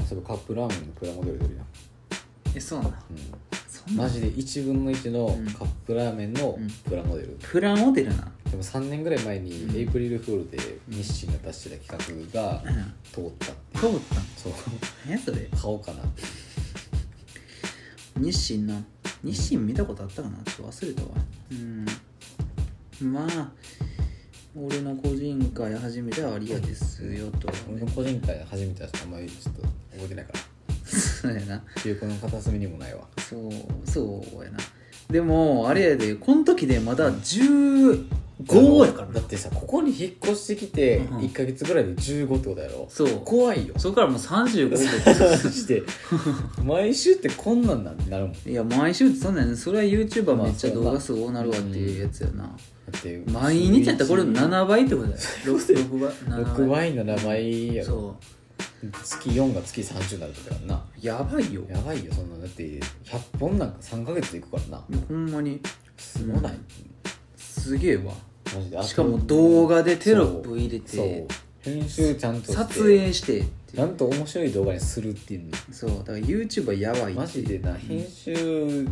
[SPEAKER 2] それカップラーメンのプラモデル出るやん、
[SPEAKER 1] えそうなん
[SPEAKER 2] う
[SPEAKER 1] そ
[SPEAKER 2] ん、
[SPEAKER 1] んな
[SPEAKER 2] マジで1分の1の
[SPEAKER 1] ん
[SPEAKER 2] カップラーメンの
[SPEAKER 1] うん
[SPEAKER 2] プラモデル、
[SPEAKER 1] プラモデルな
[SPEAKER 2] でも3年ぐらい前
[SPEAKER 1] うん
[SPEAKER 2] にエイプリルフールで日清が出してた企画が
[SPEAKER 1] うん
[SPEAKER 2] 通ったってい
[SPEAKER 1] 通
[SPEAKER 2] う
[SPEAKER 1] ったん
[SPEAKER 2] そう
[SPEAKER 1] 何やそれ
[SPEAKER 2] 買おうかな
[SPEAKER 1] 日清な日清見たことあったかなちょっと忘れたわうんまあ俺の個人会初めてはありやですよとは
[SPEAKER 2] 俺の個人会初めてはあんまりちょっと覚えてないから
[SPEAKER 1] そうやな
[SPEAKER 2] 記憶の片隅にもないわ
[SPEAKER 1] そうそうやなでもあれやでこの時でまだ15やから
[SPEAKER 2] だ
[SPEAKER 1] な
[SPEAKER 2] ってさここに引っ越してきて
[SPEAKER 1] うん
[SPEAKER 2] 1か月ぐらいで15ってことやろ、
[SPEAKER 1] そう
[SPEAKER 2] 怖 いよ
[SPEAKER 1] そこからもう35
[SPEAKER 2] マジで毎週ってこんなんなんてなるもんだ
[SPEAKER 1] いや毎週ってそんなんやねそれは YouTuber
[SPEAKER 2] まあ
[SPEAKER 1] めっちゃ
[SPEAKER 2] そうやな
[SPEAKER 1] 動画数多なるわっていうやつやな
[SPEAKER 2] って
[SPEAKER 1] 毎日やったらこれ
[SPEAKER 2] 7
[SPEAKER 1] 7倍ってことだよ6倍
[SPEAKER 2] 6
[SPEAKER 1] 7倍
[SPEAKER 2] 倍7倍やろ
[SPEAKER 1] そう
[SPEAKER 2] 月4が月30になるとかやんな
[SPEAKER 1] やばいよ
[SPEAKER 2] やばいよそんなだって100本なんか3か月でいくからな
[SPEAKER 1] ほんまに
[SPEAKER 2] すごない
[SPEAKER 1] すげえわ
[SPEAKER 2] マジであと
[SPEAKER 1] しかも動画でテロップ入れ
[SPEAKER 2] そう
[SPEAKER 1] て
[SPEAKER 2] そう編集ちゃんとして
[SPEAKER 1] 撮影してって
[SPEAKER 2] ちゃんと面白い動画にするっていうの
[SPEAKER 1] そうだから YouTuber やばい
[SPEAKER 2] マジでな編集、
[SPEAKER 1] ん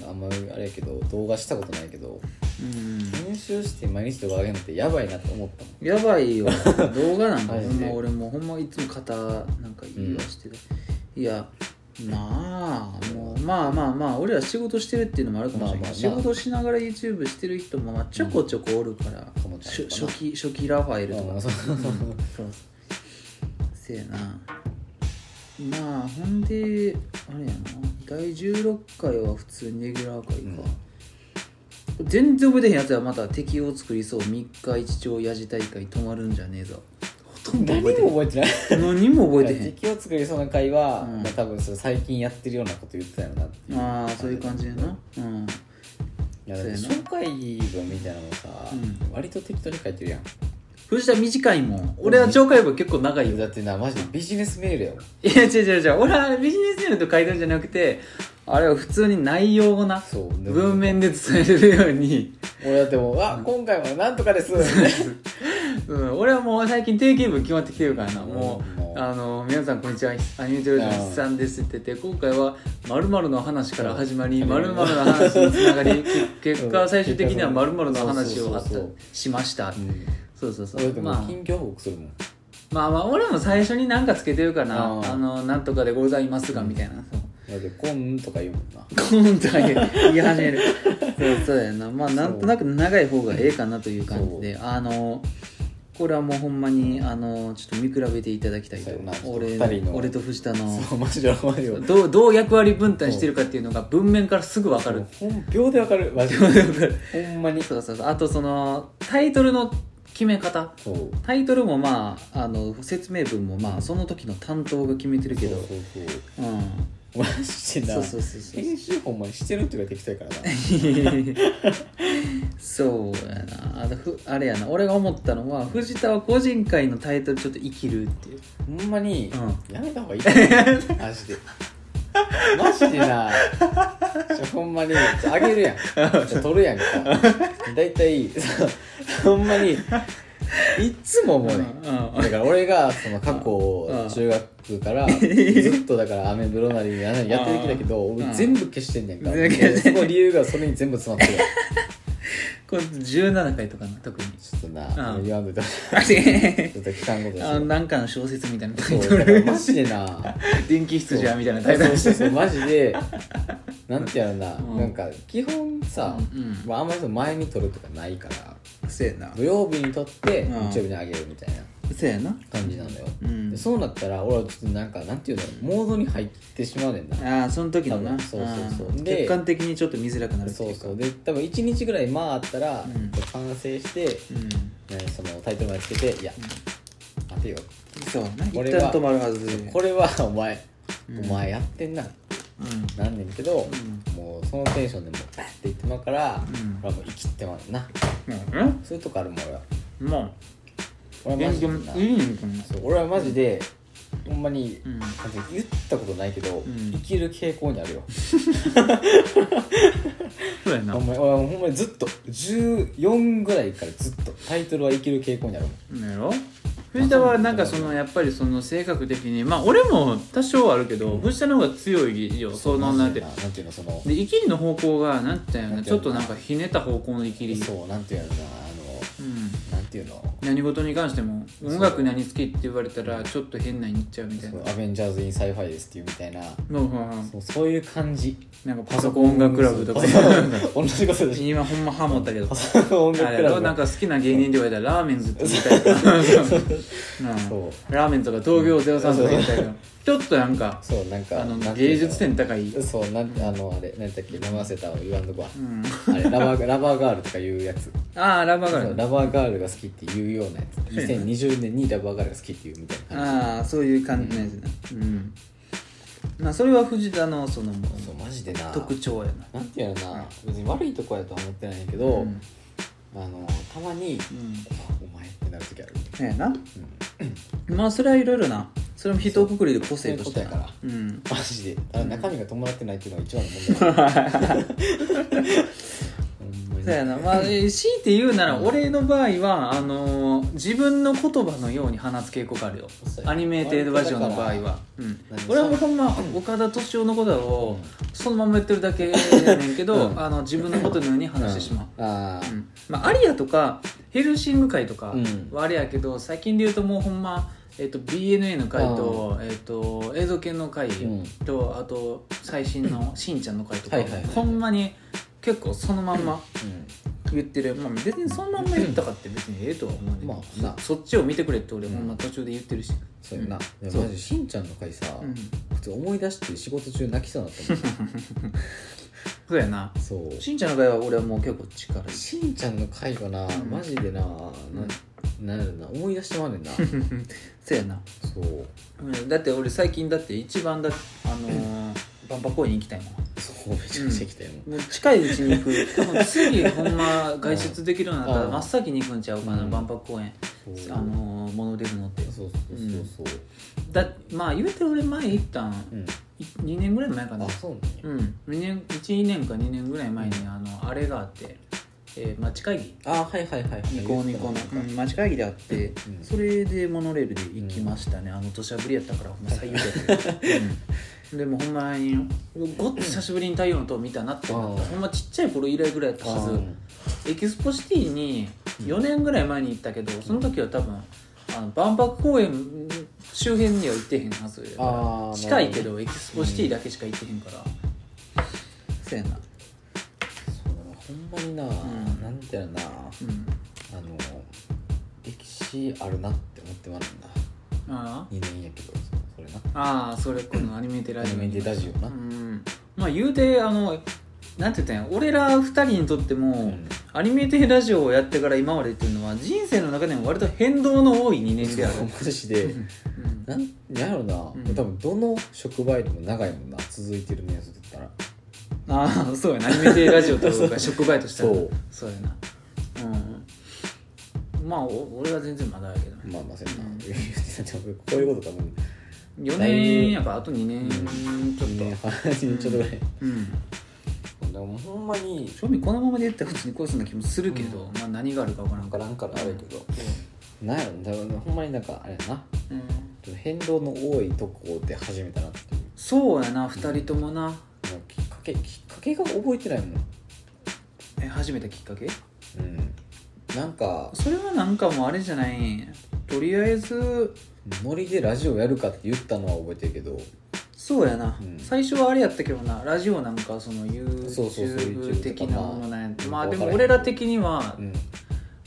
[SPEAKER 2] まあ、あんまりあれやけど動画したことないけど
[SPEAKER 1] うん
[SPEAKER 2] 編集して毎日動画上げるのってやばいなと思ったもん
[SPEAKER 1] やばいよ動画なんか
[SPEAKER 2] マ
[SPEAKER 1] ほ
[SPEAKER 2] ジで
[SPEAKER 1] んま俺もほんまいつも肩なんか言いわしてる、いやまあもうまあまあまあ俺ら仕事してるっていうのもあるかもしれないけど、
[SPEAKER 2] まあまあま
[SPEAKER 1] 仕事しながら YouTube してる人もまあちょこちょこおるから、
[SPEAKER 2] うんかもちゃん
[SPEAKER 1] 初
[SPEAKER 2] とな
[SPEAKER 1] 初期 初期ラファエルと
[SPEAKER 2] あ
[SPEAKER 1] か
[SPEAKER 2] あそうそうそう
[SPEAKER 1] そうせやなまあほんであれやな第16回は普通にレギュラー回か、全然覚えてへんやつはまた敵を作りそう3日一丁やじ大会止まるんじゃねえぞほとんど
[SPEAKER 2] 何
[SPEAKER 1] 覚えて
[SPEAKER 2] も覚えてない
[SPEAKER 1] へん何も覚えてへん
[SPEAKER 2] 敵を作りそうな会は、
[SPEAKER 1] うん
[SPEAKER 2] まあ多分それ最近やってるようなこと言ってたよなっていう
[SPEAKER 1] ああそういう感じやなうん
[SPEAKER 2] いやだって
[SPEAKER 1] そうや
[SPEAKER 2] 紹介文みたいなのもさ、
[SPEAKER 1] う
[SPEAKER 2] 割と適当に書いてるやん
[SPEAKER 1] 藤田短いもん俺は超回文結構長いよ
[SPEAKER 2] だってなマジでビジネスメールやもん
[SPEAKER 1] いや違う違う違う俺はビジネスメールと書いてるんじゃなくてあれは普通に内容をな
[SPEAKER 2] そう
[SPEAKER 1] 文面で伝えれるように、
[SPEAKER 2] 俺だってもう「あ今回もなんとかです」
[SPEAKER 1] うん、俺はもう最近定型文決まってきてるからなもう、
[SPEAKER 2] もう
[SPEAKER 1] あの皆さんこんにちはアニメテレビの
[SPEAKER 2] うん
[SPEAKER 1] 筆さんですって言って今回は〇〇の話から始まり
[SPEAKER 2] うん
[SPEAKER 1] 〇〇の話につながり け結
[SPEAKER 2] う
[SPEAKER 1] 果
[SPEAKER 2] ん
[SPEAKER 1] 最終的には〇〇の話を
[SPEAKER 2] そう
[SPEAKER 1] は
[SPEAKER 2] そうそうそう
[SPEAKER 1] しました、
[SPEAKER 2] うん
[SPEAKER 1] そうそうそ
[SPEAKER 2] 俺だっ
[SPEAKER 1] う
[SPEAKER 2] てもう
[SPEAKER 1] まあ
[SPEAKER 2] 近況報告するもん、
[SPEAKER 1] まあまあ俺も最初に何かつけてるかな
[SPEAKER 2] うん
[SPEAKER 1] あのなんとかでございますがみたいな、そう
[SPEAKER 2] だって「こん」とか言うもんな
[SPEAKER 1] コーンと言い始めるそうそうやなまあなんとなく長い方がええかなという感じであのこれはもうほんまにあのちょっと見比べていただきたいと
[SPEAKER 2] そうやな
[SPEAKER 1] 俺
[SPEAKER 2] 二人の
[SPEAKER 1] 俺と藤田の
[SPEAKER 2] そうマジでマジで
[SPEAKER 1] どうどう役割分担してるかっていうのが文面からすぐ分かる
[SPEAKER 2] 本秒でわかるマジでほんまに
[SPEAKER 1] そうそうそうあとそのタイトルの決め方
[SPEAKER 2] そう
[SPEAKER 1] タイトルもまああの説明文もまあその時の担当が決めてるけどう
[SPEAKER 2] そうそうんそうマジでな
[SPEAKER 1] そうそうそうそう
[SPEAKER 2] 編集ほんまにしてるっていうか適当やからな
[SPEAKER 1] そうやなあとふあれやな俺が思ったのは藤田は個人会のタイトルちょっと生きるっていう
[SPEAKER 2] ほんまに、
[SPEAKER 1] う
[SPEAKER 2] やめた方がいい と思うマジでマジでなちょほんまにちょあげるやんちょ取るやんか大体そうほんまにいっつも思うねん
[SPEAKER 1] うん
[SPEAKER 2] だから俺がその過去
[SPEAKER 1] うん
[SPEAKER 2] 中学からずっとだからアメブロなりやってるきだけど
[SPEAKER 1] うん
[SPEAKER 2] 俺全部消してんねんから
[SPEAKER 1] 全部消して
[SPEAKER 2] その理由がそれに全部詰まってる
[SPEAKER 1] これ17回とかな特に
[SPEAKER 2] ちょっとな
[SPEAKER 1] うん
[SPEAKER 2] 言わんといたち
[SPEAKER 1] あれ
[SPEAKER 2] ょっと期間ごとに
[SPEAKER 1] あなんかの小説みたいなタイ
[SPEAKER 2] そ
[SPEAKER 1] ト
[SPEAKER 2] うだから
[SPEAKER 1] ル
[SPEAKER 2] マジでな
[SPEAKER 1] 電気羊やみたいなタイトル
[SPEAKER 2] そう そうそうマジでなんてやろな、
[SPEAKER 1] うん
[SPEAKER 2] なんか基本さ、
[SPEAKER 1] うん
[SPEAKER 2] まあ、あんまりその前に撮るとかないから
[SPEAKER 1] せやな
[SPEAKER 2] 土曜日に撮って
[SPEAKER 1] う
[SPEAKER 2] 日
[SPEAKER 1] ん
[SPEAKER 2] 曜日にあげるみたいな
[SPEAKER 1] せやな
[SPEAKER 2] 感じなんだよ、
[SPEAKER 1] うん
[SPEAKER 2] でそうなったら俺はちょっとなんかなんていうのモードに入ってしまうねんな、
[SPEAKER 1] ああその時の
[SPEAKER 2] 多
[SPEAKER 1] な
[SPEAKER 2] 分そうそうそうんで
[SPEAKER 1] 客観的にちょっと見づらくなるって
[SPEAKER 2] そ
[SPEAKER 1] いううか
[SPEAKER 2] そうで多分1日ぐらいまああったら、
[SPEAKER 1] うん
[SPEAKER 2] 完成して、
[SPEAKER 1] うん
[SPEAKER 2] ねそのタイトルまでつけていや、待てよ
[SPEAKER 1] そうな一
[SPEAKER 2] これは
[SPEAKER 1] 旦止まるはずで
[SPEAKER 2] これはお前、
[SPEAKER 1] うん
[SPEAKER 2] お前やってんな
[SPEAKER 1] うん
[SPEAKER 2] なんねんけど、
[SPEAKER 1] う
[SPEAKER 2] もうそのテンションでもうバッていってまうから、
[SPEAKER 1] うん
[SPEAKER 2] 俺はもう生きてまうな
[SPEAKER 1] うん
[SPEAKER 2] そういうとこあるもん俺は
[SPEAKER 1] うんもう
[SPEAKER 2] 俺はマ
[SPEAKER 1] 勉
[SPEAKER 2] ジで
[SPEAKER 1] 強
[SPEAKER 2] な
[SPEAKER 1] うんうん
[SPEAKER 2] そう俺はマジで、ほんまに、
[SPEAKER 1] うん
[SPEAKER 2] なんて言ったことないけど、
[SPEAKER 1] ん
[SPEAKER 2] 生きる傾向にあるよ
[SPEAKER 1] そうやな
[SPEAKER 2] ほんまに俺はほんまにずっと14ぐらいからずっとタイトルは生きる傾向にあるもん
[SPEAKER 1] なんやろ藤田はなんかそのやっぱりその性格的にまあ俺も多少あるけど藤田の方が強いよそのなんて
[SPEAKER 2] マ
[SPEAKER 1] で
[SPEAKER 2] ジでなんていうのその
[SPEAKER 1] イキリの方向がなんていう
[SPEAKER 2] な
[SPEAKER 1] の
[SPEAKER 2] んて
[SPEAKER 1] ちょ
[SPEAKER 2] いうの
[SPEAKER 1] っとなんかひねった方向のイキリ
[SPEAKER 2] そうなんていうのかなあ
[SPEAKER 1] うん
[SPEAKER 2] のなんていうの
[SPEAKER 1] 何事に関しても音楽何好きって言われたらちょっと変なに言っちゃうみたい
[SPEAKER 2] そ
[SPEAKER 1] な
[SPEAKER 2] のアベンジャーズ・イン・サイファイですっていうみたいな
[SPEAKER 1] うんうんうん
[SPEAKER 2] そうそういう感じ
[SPEAKER 1] なんかパソコン音楽クラブとか
[SPEAKER 2] そう同じことでし
[SPEAKER 1] 今ほんまハモったけど
[SPEAKER 2] ょパソコン音
[SPEAKER 1] あ
[SPEAKER 2] 楽
[SPEAKER 1] れ
[SPEAKER 2] ク
[SPEAKER 1] や
[SPEAKER 2] ラ
[SPEAKER 1] ろ
[SPEAKER 2] ブ
[SPEAKER 1] なんか好きな芸人で言われたらラーメンズって言いたいから
[SPEAKER 2] そ う
[SPEAKER 1] うんラーメンとか東京03とか言いたいからちょっとなんか
[SPEAKER 2] そうなんか
[SPEAKER 1] あの
[SPEAKER 2] なんてい
[SPEAKER 1] 芸
[SPEAKER 2] うの
[SPEAKER 1] 術点高い
[SPEAKER 2] そうなんあのあれ何だっけ飲ませたを言わんとこは
[SPEAKER 1] うん
[SPEAKER 2] あれラバーラバーガールとかいうやつ
[SPEAKER 1] ああラバーガ
[SPEAKER 2] そ
[SPEAKER 1] ー
[SPEAKER 2] う
[SPEAKER 1] ル
[SPEAKER 2] ラバーガールが好きっていうようなやつ2020年にラバーガールが好きっていうみたいな感
[SPEAKER 1] ああそういう感じのやつなうんまあそれは藤田のその
[SPEAKER 2] じそうマジでな
[SPEAKER 1] 特徴やな
[SPEAKER 2] なんていうのかな別に悪いとこやとは思ってないんやけ
[SPEAKER 1] う
[SPEAKER 2] ど、
[SPEAKER 1] ん
[SPEAKER 2] あのたまに
[SPEAKER 1] うん
[SPEAKER 2] 「お前」ってなる時ある
[SPEAKER 1] ええなまあそれはいろいろなそれも人くくりで個性としてな
[SPEAKER 2] そういうこ
[SPEAKER 1] うん
[SPEAKER 2] マジでただ中身が伴ってないっていうのが一番の 問題 ほんまに
[SPEAKER 1] そうやなまあえー強いて言うなら俺の場合はあのー自分の言葉のように話す傾向があるよ
[SPEAKER 2] そうやな
[SPEAKER 1] アニメテードラジオの場合は、うん、俺はもうほんま岡田敏夫のことをそのまま言ってるだけやねんけど、
[SPEAKER 2] うん
[SPEAKER 1] あの自分のことのように話してしまう、
[SPEAKER 2] うんああ、
[SPEAKER 1] うんまあ、アリアとかヘルシング会とか
[SPEAKER 2] うん
[SPEAKER 1] はあれやけど、最近で言うともうほんま、えっと BNA の会と,、えっと映像系の会
[SPEAKER 2] うん
[SPEAKER 1] と、あと最新のしんちゃんの会とか、
[SPEAKER 2] はいはいはい
[SPEAKER 1] ほんまに結構そのまんま
[SPEAKER 2] うん
[SPEAKER 1] 言ってる、まあ、別にそのまんま言ったかって別にええとは思うねんけど
[SPEAKER 2] まあな
[SPEAKER 1] そっちを見てくれって俺ほんま途中で言ってるし
[SPEAKER 2] そうやな、
[SPEAKER 1] うん
[SPEAKER 2] いやマジしんちゃんの回さ、
[SPEAKER 1] うん
[SPEAKER 2] 普通思い出して仕事中泣きそうになったも
[SPEAKER 1] そうやなん
[SPEAKER 2] そう
[SPEAKER 1] しんちゃんの場合は俺はもう結構力 いい
[SPEAKER 2] しんちゃんの回がな、
[SPEAKER 1] うん
[SPEAKER 2] マジでなななんやろな思い出してまうねん なそう
[SPEAKER 1] そうやな、うん、だって俺最近だって一番だあのー、万博公園行きたいもん
[SPEAKER 2] そうめちゃくちゃ来たよ、
[SPEAKER 1] もう近いうちに行く多分次ほんま外出できるようになったら
[SPEAKER 2] うん
[SPEAKER 1] 真っ先に行くんちゃうかな、
[SPEAKER 2] うん
[SPEAKER 1] 万博公園
[SPEAKER 2] そう
[SPEAKER 1] あのー、モノレール乗って
[SPEAKER 2] そうそうそうそう
[SPEAKER 1] だまあ言うて俺前行ったん
[SPEAKER 2] うん、
[SPEAKER 1] 2年ぐらい前かな
[SPEAKER 2] あそうなん
[SPEAKER 1] う
[SPEAKER 2] や
[SPEAKER 1] ん2年12年か2年ぐらい前にあのあれがあって、えー町会議
[SPEAKER 2] あはいはいはいはい
[SPEAKER 1] ニコニコの、
[SPEAKER 2] うん
[SPEAKER 1] うん、町会議であって、
[SPEAKER 2] うん
[SPEAKER 1] それでモノレールで行きましたね、あの土砂降りやったからほんま最優だった、 うん、でもほんまにごっつ久しぶりに太陽の塔見たなってなった
[SPEAKER 2] あー
[SPEAKER 1] ほんまちっちゃい頃以来ぐらいやったは
[SPEAKER 2] あ
[SPEAKER 1] ずエキスポシティに4年ぐらい前に行ったけどその時は多分あの万博公園周辺には行ってへんはずやから
[SPEAKER 2] あー
[SPEAKER 1] 近いけどエキスポシティだけしか行ってへんから、せやな
[SPEAKER 2] そうだなほんまにな、
[SPEAKER 1] ん
[SPEAKER 2] なんてやろな
[SPEAKER 1] うん
[SPEAKER 2] あの歴史あるなって思ってまうねん
[SPEAKER 1] あ
[SPEAKER 2] な2年やけどそれな
[SPEAKER 1] あああそれこのアニメテラ
[SPEAKER 2] アニメでラジオな、
[SPEAKER 1] うんまあ言うてあのなんて言ったんや俺ら二人にとっても、
[SPEAKER 2] うん
[SPEAKER 1] アニメテラジオをやってから今までっていうのは人生の中でも割と変動の多い2年である、
[SPEAKER 2] マジで
[SPEAKER 1] うん
[SPEAKER 2] なんなんやろな、
[SPEAKER 1] ん
[SPEAKER 2] 多分どの職場よりも長いもんな続いてる年数って言ったら
[SPEAKER 1] ああそうやなアニメテラジオとか職場やとしたら
[SPEAKER 2] そう
[SPEAKER 1] そうやなうんまあお俺は全然まだやけどね
[SPEAKER 2] まあまあせんな、
[SPEAKER 1] うん
[SPEAKER 2] 言ってたってこういうこと多分
[SPEAKER 1] 4年やからあと2年ちょっ
[SPEAKER 2] 2年
[SPEAKER 1] と、
[SPEAKER 2] 半に ちょっとぐらい、
[SPEAKER 1] うん、
[SPEAKER 2] でもほんまに
[SPEAKER 1] 正味このままで言ったら普通にこうすんな気もするけど、まあ何があるか分からん
[SPEAKER 2] 分
[SPEAKER 1] か、
[SPEAKER 2] かららんからあれやけど、なんやろ多分ほんまになんかあれやなちょ
[SPEAKER 1] うん
[SPEAKER 2] っと変動の多いとこで始めたなっていう
[SPEAKER 1] そうやな2人ともな
[SPEAKER 2] もうきっかけきっかけが覚えてないもん
[SPEAKER 1] え始めたきっかけ
[SPEAKER 2] うんなんか
[SPEAKER 1] それはなんかもうあれじゃないとりあえず
[SPEAKER 2] ノリでラジオやるかって言ったのは覚えてるけど
[SPEAKER 1] そうやな、
[SPEAKER 2] うん
[SPEAKER 1] 最初はあれやったけどなラジオなんかその
[SPEAKER 2] そうそうそう
[SPEAKER 1] YouTube 的なものなんやま
[SPEAKER 2] まあ
[SPEAKER 1] あでも
[SPEAKER 2] わからへ
[SPEAKER 1] 俺
[SPEAKER 2] ん
[SPEAKER 1] ら的には、
[SPEAKER 2] う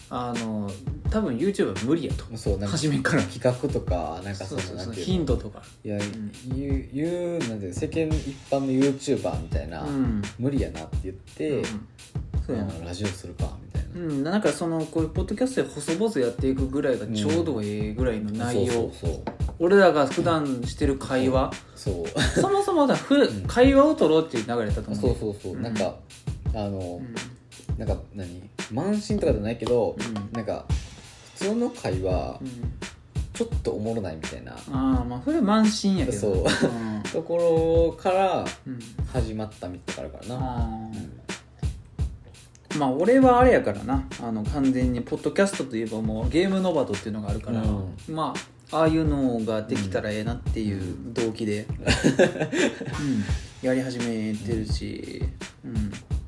[SPEAKER 1] あの多分 YouTube は無理やと
[SPEAKER 2] んそうなんか
[SPEAKER 1] 初めから
[SPEAKER 2] 企画とかなんか
[SPEAKER 1] そ
[SPEAKER 2] そうの
[SPEAKER 1] そう
[SPEAKER 2] な
[SPEAKER 1] そ
[SPEAKER 2] ん
[SPEAKER 1] う
[SPEAKER 2] ていうの
[SPEAKER 1] ヒントとか
[SPEAKER 2] いや、
[SPEAKER 1] ん
[SPEAKER 2] 言う言うなんていうの世間一般の YouTuber みたいな、
[SPEAKER 1] うん
[SPEAKER 2] 無理やなって言って、
[SPEAKER 1] うんそうやな
[SPEAKER 2] あラジオするかみたいな、
[SPEAKER 1] うん、なんかそのこういうポッドキャストで細々やっていくぐらいがちょうどええぐらいの内容、
[SPEAKER 2] そうそう
[SPEAKER 1] 俺らが普段してる会話、
[SPEAKER 2] そうそう
[SPEAKER 1] そもそもだふ会話を取ろうっていう流れだったと思う
[SPEAKER 2] そうそうそう、
[SPEAKER 1] うん
[SPEAKER 2] なんかあ
[SPEAKER 1] う
[SPEAKER 2] の、
[SPEAKER 1] ん
[SPEAKER 2] なんか何満身とかじゃないけど、
[SPEAKER 1] うん
[SPEAKER 2] なんか普通の会話
[SPEAKER 1] うん
[SPEAKER 2] ちょっとおもろないみたいな、
[SPEAKER 1] ああまあそれは満身やけど
[SPEAKER 2] そう
[SPEAKER 1] うん
[SPEAKER 2] ところから
[SPEAKER 1] うん
[SPEAKER 2] 始まったみたいなからな、
[SPEAKER 1] あーまあ俺はあれやからなあの完全にポッドキャストといえばもうゲームノバトっていうのがあるから、
[SPEAKER 2] うん
[SPEAKER 1] まあああいうのができたらええなっていう動機 で、うんやり始めてるし、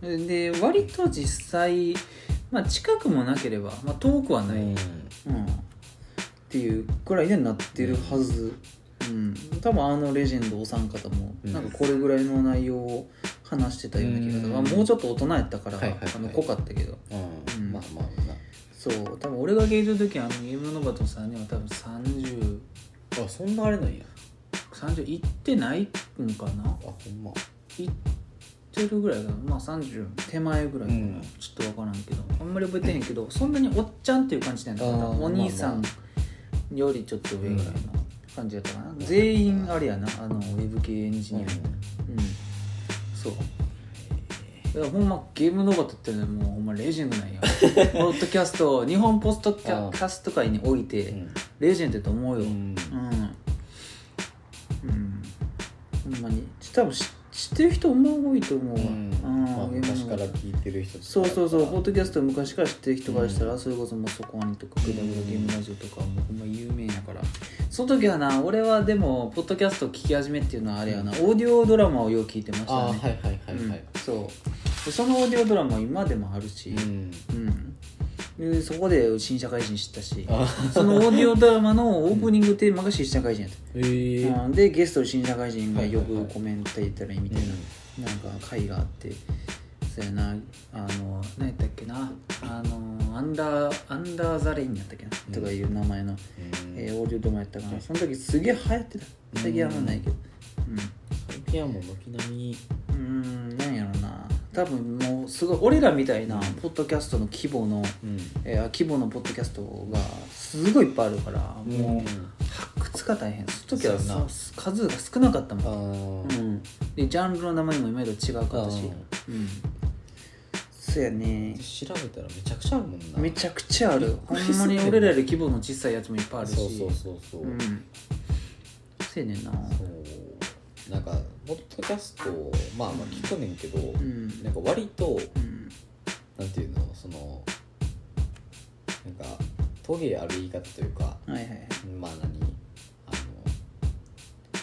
[SPEAKER 1] うん、で割と実際、まあ、近くもなければ、まあ、遠くはない、
[SPEAKER 2] うん
[SPEAKER 1] うん、っていうくらいでなってるはず、うん、多分あのレジェンドお三方も
[SPEAKER 2] うん
[SPEAKER 1] なんかこれぐらいの内容を話してたような気がする、
[SPEAKER 2] うん
[SPEAKER 1] まあもうちょっと大人やったから、
[SPEAKER 2] はいはいはい
[SPEAKER 1] あの濃かったけど
[SPEAKER 2] うん
[SPEAKER 1] うん
[SPEAKER 2] まあまあま
[SPEAKER 1] そう多分俺が芸術の時はあのゲームノバトさんには多分30
[SPEAKER 2] ああそんなあれなんや
[SPEAKER 1] 30いってないんかな
[SPEAKER 2] あほんま
[SPEAKER 1] いってるぐらいかなまあ30手前ぐらいかな、
[SPEAKER 2] うん
[SPEAKER 1] ちょっとわからんけどあんまり覚えてへんけどそんなにおっちゃんっていう感じなんだ
[SPEAKER 2] あー
[SPEAKER 1] お兄さ
[SPEAKER 2] まあ
[SPEAKER 1] ん
[SPEAKER 2] ま
[SPEAKER 1] よりちょっと上ぐらいの感じやったかな、全員あれやなあのウェブ系エンジニアうん、そうだからほんまゲームノバトってのはもうほんまレジェンド なんやポッドキャスト日本ポストキャ
[SPEAKER 2] あー
[SPEAKER 1] キャスト界において、
[SPEAKER 2] うん
[SPEAKER 1] レジェンドやと思うよ、
[SPEAKER 2] うん
[SPEAKER 1] うん、うん、ほんまにち多分知知ってる人も多いと思うわ、
[SPEAKER 2] うん
[SPEAKER 1] うん
[SPEAKER 2] まあ、昔から聞いてる人とか
[SPEAKER 1] そうそうそう
[SPEAKER 2] だか
[SPEAKER 1] ポッドキャスト昔から知ってる人からしたら、それこそもうそこにとか「グダグダゲームラジオ」とかもうほんま有名やからその時はな俺はでもポッドキャスト聞き始めっていうのはあれやな、オーディオドラマをよく聞いてました
[SPEAKER 2] らああはい
[SPEAKER 1] ね
[SPEAKER 2] はいはいは
[SPEAKER 1] う
[SPEAKER 2] い
[SPEAKER 1] ん、そうでそのオーディオドラマは今でもあるし、
[SPEAKER 2] うん
[SPEAKER 1] うん、でそこで新社会人知ったし
[SPEAKER 2] あ
[SPEAKER 1] そのオーディオドラマのオープニングテーマが新社会人やった
[SPEAKER 2] へえ
[SPEAKER 1] うんでゲストの新社会人がよ
[SPEAKER 2] はいは
[SPEAKER 1] く
[SPEAKER 2] いはい
[SPEAKER 1] コメントいたりみたいな,、なんか会があってそうやなあの何やったっけなあのアンダーアンダーザレインやったっけな、
[SPEAKER 2] うん
[SPEAKER 1] とかいう名前の、
[SPEAKER 2] うん
[SPEAKER 1] えーオーディオドラマやったかなその時すげえ流行ってた最近あんまないけど
[SPEAKER 2] 最近はもう軒並み
[SPEAKER 1] うんうんなんやろな多分もうすごい俺らみたいなポッドキャストの規模の、
[SPEAKER 2] うん
[SPEAKER 1] えー規模のポッドキャストがすごいいっぱいあるからもう発掘が大変その時は
[SPEAKER 2] そうや
[SPEAKER 1] さ
[SPEAKER 2] な
[SPEAKER 1] 数が少なかったもん
[SPEAKER 2] あー
[SPEAKER 1] うん、でジャンルの名前も今まで違うかったしうんそうやね
[SPEAKER 2] 調べたらめちゃくちゃあるもんな
[SPEAKER 1] めちゃくちゃあるほ
[SPEAKER 2] び
[SPEAKER 1] ん
[SPEAKER 2] っくりする
[SPEAKER 1] まに俺らより規模の小さいやつもいっぱいあるし
[SPEAKER 2] そうそうそうそう、
[SPEAKER 1] うんそうやねんな
[SPEAKER 2] そうなんかポッドキャストをまあまあ聞くねんけど、
[SPEAKER 1] ん
[SPEAKER 2] なんか割と
[SPEAKER 1] うん
[SPEAKER 2] なんていうのそのなんかトゲある言い方というか
[SPEAKER 1] はいはいはい
[SPEAKER 2] まあ何あの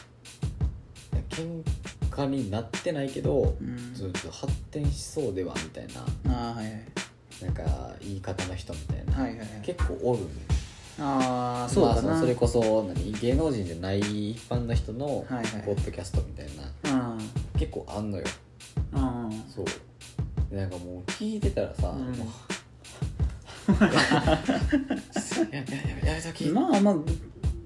[SPEAKER 2] 喧嘩になってないけど、
[SPEAKER 1] うん
[SPEAKER 2] ずっと発展しそうではみたいな
[SPEAKER 1] あーはいはい
[SPEAKER 2] なんか言い方の人みたいな、
[SPEAKER 1] はいはいはい
[SPEAKER 2] 結構おるね
[SPEAKER 1] ああそう
[SPEAKER 2] まあ
[SPEAKER 1] だ
[SPEAKER 2] そ
[SPEAKER 1] な
[SPEAKER 2] のそれこそ何芸能人じゃない一般の人の
[SPEAKER 1] はいはい
[SPEAKER 2] ポッドキャストみたいな、
[SPEAKER 1] うん
[SPEAKER 2] 結構あんのよ
[SPEAKER 1] うん
[SPEAKER 2] そうでなんかもう聞いてたらさ、
[SPEAKER 1] うん
[SPEAKER 2] もう ややややめとき
[SPEAKER 1] まあまあ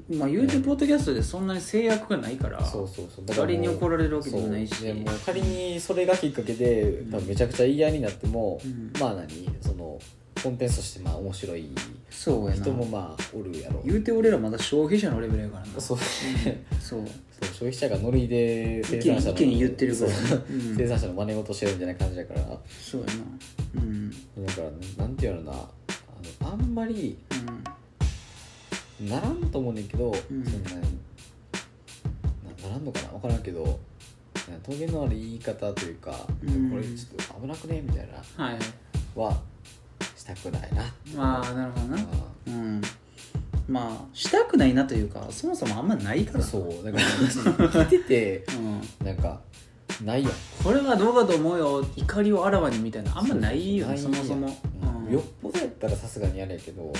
[SPEAKER 1] まあ言うてポッドキャストでそんなに制約がないから
[SPEAKER 2] そうそうそうだからもう
[SPEAKER 1] 仮に怒られるわけでもないし
[SPEAKER 2] そうでもう仮にそれがきっかけで、多分めちゃくちゃ嫌になっても、
[SPEAKER 1] うん
[SPEAKER 2] まあ何そのコンテンツとしてまあ面白い
[SPEAKER 1] そうやな
[SPEAKER 2] 人もまあおるやろ
[SPEAKER 1] 言うて俺らまだ消費者のレベルやからな
[SPEAKER 2] そう
[SPEAKER 1] そう
[SPEAKER 2] そう消費者がノリで生産者の
[SPEAKER 1] 意見意見言ってるからね
[SPEAKER 2] そう
[SPEAKER 1] うん
[SPEAKER 2] 生産者の真似事してるみたいな感じだからだか
[SPEAKER 1] そうやなうん
[SPEAKER 2] らなんていうのかなあのあんまり
[SPEAKER 1] うん
[SPEAKER 2] ならんと思うねんけど、
[SPEAKER 1] うん
[SPEAKER 2] そんなになならんのかな分からんけど峠のある言い方というか、
[SPEAKER 1] うん
[SPEAKER 2] これちょっと危なくねみたいな
[SPEAKER 1] はい
[SPEAKER 2] はしたくないな
[SPEAKER 1] まあなるほどな
[SPEAKER 2] あ
[SPEAKER 1] うんまあしたくないなというかそもそもあんまないから
[SPEAKER 2] ー
[SPEAKER 1] な
[SPEAKER 2] そうなんか聞いてて
[SPEAKER 1] うん、
[SPEAKER 2] なんかないやん
[SPEAKER 1] これはどうかと思うよ怒りをあらわにみたいなあんまないよねそ
[SPEAKER 2] そうそう
[SPEAKER 1] も
[SPEAKER 2] な
[SPEAKER 1] そ
[SPEAKER 2] い
[SPEAKER 1] も、
[SPEAKER 2] やん
[SPEAKER 1] うん
[SPEAKER 2] よっぽどやったらさすがにあれやけど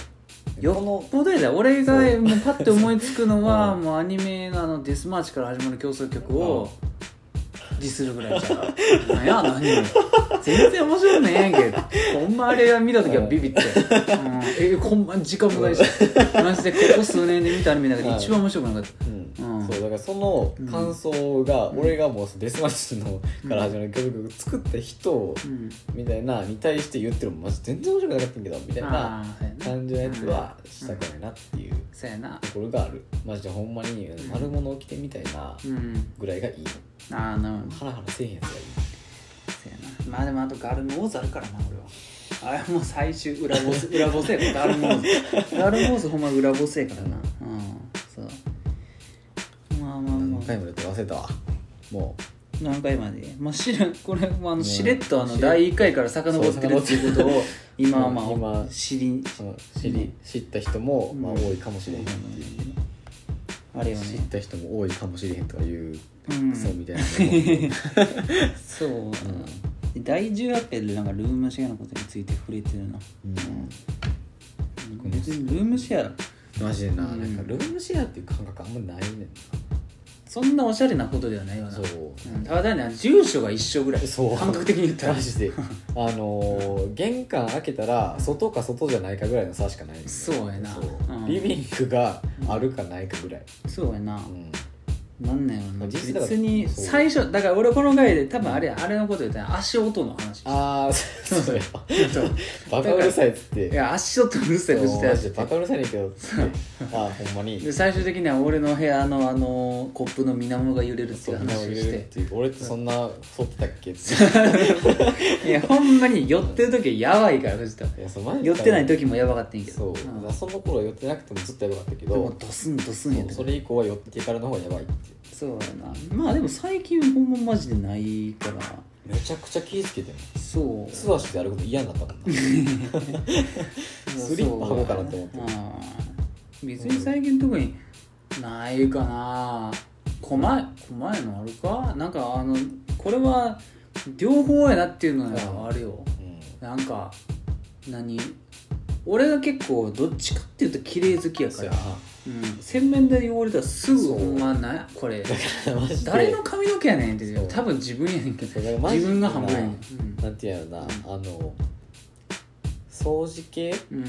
[SPEAKER 1] よ
[SPEAKER 2] この
[SPEAKER 1] っぽどやだ俺が
[SPEAKER 2] そう
[SPEAKER 1] もうパッて思いつくのは
[SPEAKER 2] うん
[SPEAKER 1] もうアニメのあのデスマーチから始まる競争曲をディスるぐらいじゃんなんや何全然面白くないやんけほんまあれ見た時はビビって、うん、えほんま時間もない しマジでここ数年で見たアニメの中で一番面白くなかった
[SPEAKER 2] うん
[SPEAKER 1] うん
[SPEAKER 2] そうだからその感想が俺がもうデスマッチのから始まる曲を作った人
[SPEAKER 1] うん
[SPEAKER 2] みたいなに対して言ってるもマジ全然面白くなかったんやけどみたい
[SPEAKER 1] あ
[SPEAKER 2] な
[SPEAKER 1] あーそうやな
[SPEAKER 2] 感じのやつはしたくないなっていう
[SPEAKER 1] そうやな
[SPEAKER 2] ところがあるマジでほんまに
[SPEAKER 1] ん
[SPEAKER 2] 丸物を着てみたいな
[SPEAKER 1] うん
[SPEAKER 2] ぐらいがいい
[SPEAKER 1] ああなるほど
[SPEAKER 2] ハラハラせえへんやつがいい
[SPEAKER 1] そうやなまあでもあとガルムウォーズあるからな俺はあれはもう最終裏ボス裏ボスやからガルムウォーズガルムウォーズほんま裏ボスやからなうんそうまあまあま
[SPEAKER 2] 何
[SPEAKER 1] あ
[SPEAKER 2] 回もやって忘れたわも
[SPEAKER 1] 何回まで、まあ、しれこれ、まあ、あの
[SPEAKER 2] ん
[SPEAKER 1] しれっとあの第1回から遡ってるっていうことを今はまあ
[SPEAKER 2] 今
[SPEAKER 1] 知り
[SPEAKER 2] うその知り知った人もまあ
[SPEAKER 1] うん
[SPEAKER 2] 多いかもしれへんっていう
[SPEAKER 1] あれよ
[SPEAKER 2] 知
[SPEAKER 1] ね
[SPEAKER 2] った人も多いかもしれへんとかいう
[SPEAKER 1] うん
[SPEAKER 2] クソみたいなの も
[SPEAKER 1] そう、で第18回でなんかルームシェアのことについて触れてるな、うん、別にルームシェア
[SPEAKER 2] マジでな,、
[SPEAKER 1] うん
[SPEAKER 2] なんかルームシェアっていう感覚あんまないねん
[SPEAKER 1] そんなおしゃれなことではないわ
[SPEAKER 2] な
[SPEAKER 1] な
[SPEAKER 2] そう、
[SPEAKER 1] うんただね住所が一緒ぐらい
[SPEAKER 2] そう
[SPEAKER 1] 感覚的に言ったら
[SPEAKER 2] マジであのー玄関開けたら外か外じゃないかぐらいの差しかないねん
[SPEAKER 1] そうやな
[SPEAKER 2] そ
[SPEAKER 1] うん
[SPEAKER 2] リビングがあるかないかぐらい、
[SPEAKER 1] そうやな
[SPEAKER 2] う、ん
[SPEAKER 1] なんなんやろな
[SPEAKER 2] 実際だから
[SPEAKER 1] 別に
[SPEAKER 2] そう
[SPEAKER 1] 最初だから俺この回で多分あれやあれのこと言ったら足音の話
[SPEAKER 2] ああそうだよ
[SPEAKER 1] そう
[SPEAKER 2] バカうるさいっつって
[SPEAKER 1] いや足音うるせえ
[SPEAKER 2] そ
[SPEAKER 1] う
[SPEAKER 2] う
[SPEAKER 1] るせえ
[SPEAKER 2] マジでバカうるさいねんけどっつってああほんまに
[SPEAKER 1] で最終的には俺の部屋のあのコップの水面が揺れるって
[SPEAKER 2] そ
[SPEAKER 1] いうん
[SPEAKER 2] な
[SPEAKER 1] 話を
[SPEAKER 2] の入れ
[SPEAKER 1] し
[SPEAKER 2] るってていう俺ってそんな剃ってたっけって
[SPEAKER 1] いやほんまに寄ってる時やばいから藤田
[SPEAKER 2] いやそうマジで
[SPEAKER 1] 寄ってない時もやばかったんやけ
[SPEAKER 2] そ
[SPEAKER 1] ど
[SPEAKER 2] う、
[SPEAKER 1] ん
[SPEAKER 2] だからその頃は寄ってなくてもずっとやばかったけ
[SPEAKER 1] でも
[SPEAKER 2] ど
[SPEAKER 1] ドスンドスンやっ
[SPEAKER 2] そう
[SPEAKER 1] た
[SPEAKER 2] それ以降は寄ってからの方がやばいって
[SPEAKER 1] そうやなまあでも最近ほんまマジでないから
[SPEAKER 2] めちゃくちゃ気ぃつけても
[SPEAKER 1] そう
[SPEAKER 2] 素足で歩くの嫌にな ったもんなスリッパ履こうかなと思って
[SPEAKER 1] うん別に最近特にないかな狛江狛江のあるかなんかあのこれは両方やなっていうのはあるよ
[SPEAKER 2] うん
[SPEAKER 1] なんか何俺が結構どっちかっていうと綺麗好きや
[SPEAKER 2] そ
[SPEAKER 1] か
[SPEAKER 2] や
[SPEAKER 1] ら、うん、洗面台汚れたらす
[SPEAKER 2] そ
[SPEAKER 1] ぐ
[SPEAKER 2] う
[SPEAKER 1] ほんまなこ れ
[SPEAKER 2] なマジで
[SPEAKER 1] 誰の髪の毛やねんって
[SPEAKER 2] そう
[SPEAKER 1] 多分自分やねんけど
[SPEAKER 2] そうだからマジ
[SPEAKER 1] 自
[SPEAKER 2] で
[SPEAKER 1] 分が半分やねん
[SPEAKER 2] なんていうのやろなあの掃除系
[SPEAKER 1] うん、うん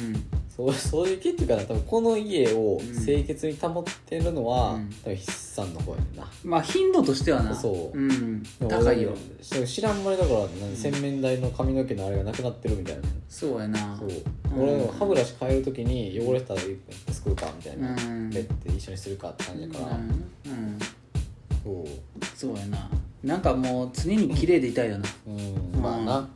[SPEAKER 2] そう掃除系っていうかな多分この家を
[SPEAKER 1] うん
[SPEAKER 2] 清潔に保ってるのは、
[SPEAKER 1] うん
[SPEAKER 2] 多分筆算の方やねんな
[SPEAKER 1] まあ頻度としてはな
[SPEAKER 2] そう
[SPEAKER 1] うん、高いよ
[SPEAKER 2] そう知らんまりだから、何洗面台の髪の毛のあれがなくなってるみたいな、
[SPEAKER 1] そうやな
[SPEAKER 2] そう、
[SPEAKER 1] うん
[SPEAKER 2] 俺歯ブラシ変える時に汚れてたら作るかみたいな、
[SPEAKER 1] うん
[SPEAKER 2] ペッて一緒にするかって感じだから、
[SPEAKER 1] うんうん、
[SPEAKER 2] そう
[SPEAKER 1] そうやななんかもう常に綺麗でいたいよな
[SPEAKER 2] うん、
[SPEAKER 1] うん
[SPEAKER 2] まあな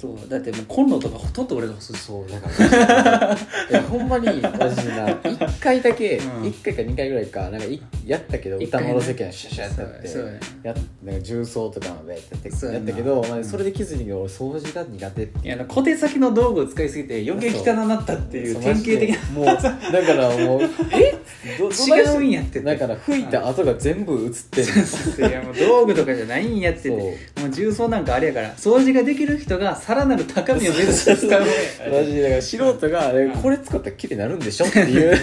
[SPEAKER 1] そうだってもうコンロとかほとんど俺が干すし
[SPEAKER 2] そうだからマジでいやほんまにマジでな1回だけ、一
[SPEAKER 1] うん
[SPEAKER 2] 1回か2回ぐらいかなんかいやったけど
[SPEAKER 1] 一
[SPEAKER 2] 歌
[SPEAKER 1] 回ね
[SPEAKER 2] の世間シャシャってやっ
[SPEAKER 1] そうや
[SPEAKER 2] てやっなんか重曹とかのべってやって
[SPEAKER 1] そうや
[SPEAKER 2] や
[SPEAKER 1] な
[SPEAKER 2] ったけど、まあ
[SPEAKER 1] うん
[SPEAKER 2] それで気づいたけど俺掃除が苦手って
[SPEAKER 1] いやあの小手先の道具を使いすぎて余計汚なったっていう
[SPEAKER 2] そう
[SPEAKER 1] 典型的な
[SPEAKER 2] マジでもうだからもうえどど
[SPEAKER 1] 違うんやって
[SPEAKER 2] だから吹いた跡が全部映ってる
[SPEAKER 1] いやもう道具とかじゃないんやっててもう重曹なんかあれやから掃除ができる人がさらなる高みを目指して使うもんや
[SPEAKER 2] マジでだから素人がえ「これ使ったら綺麗になるんでしょ?」っ ていう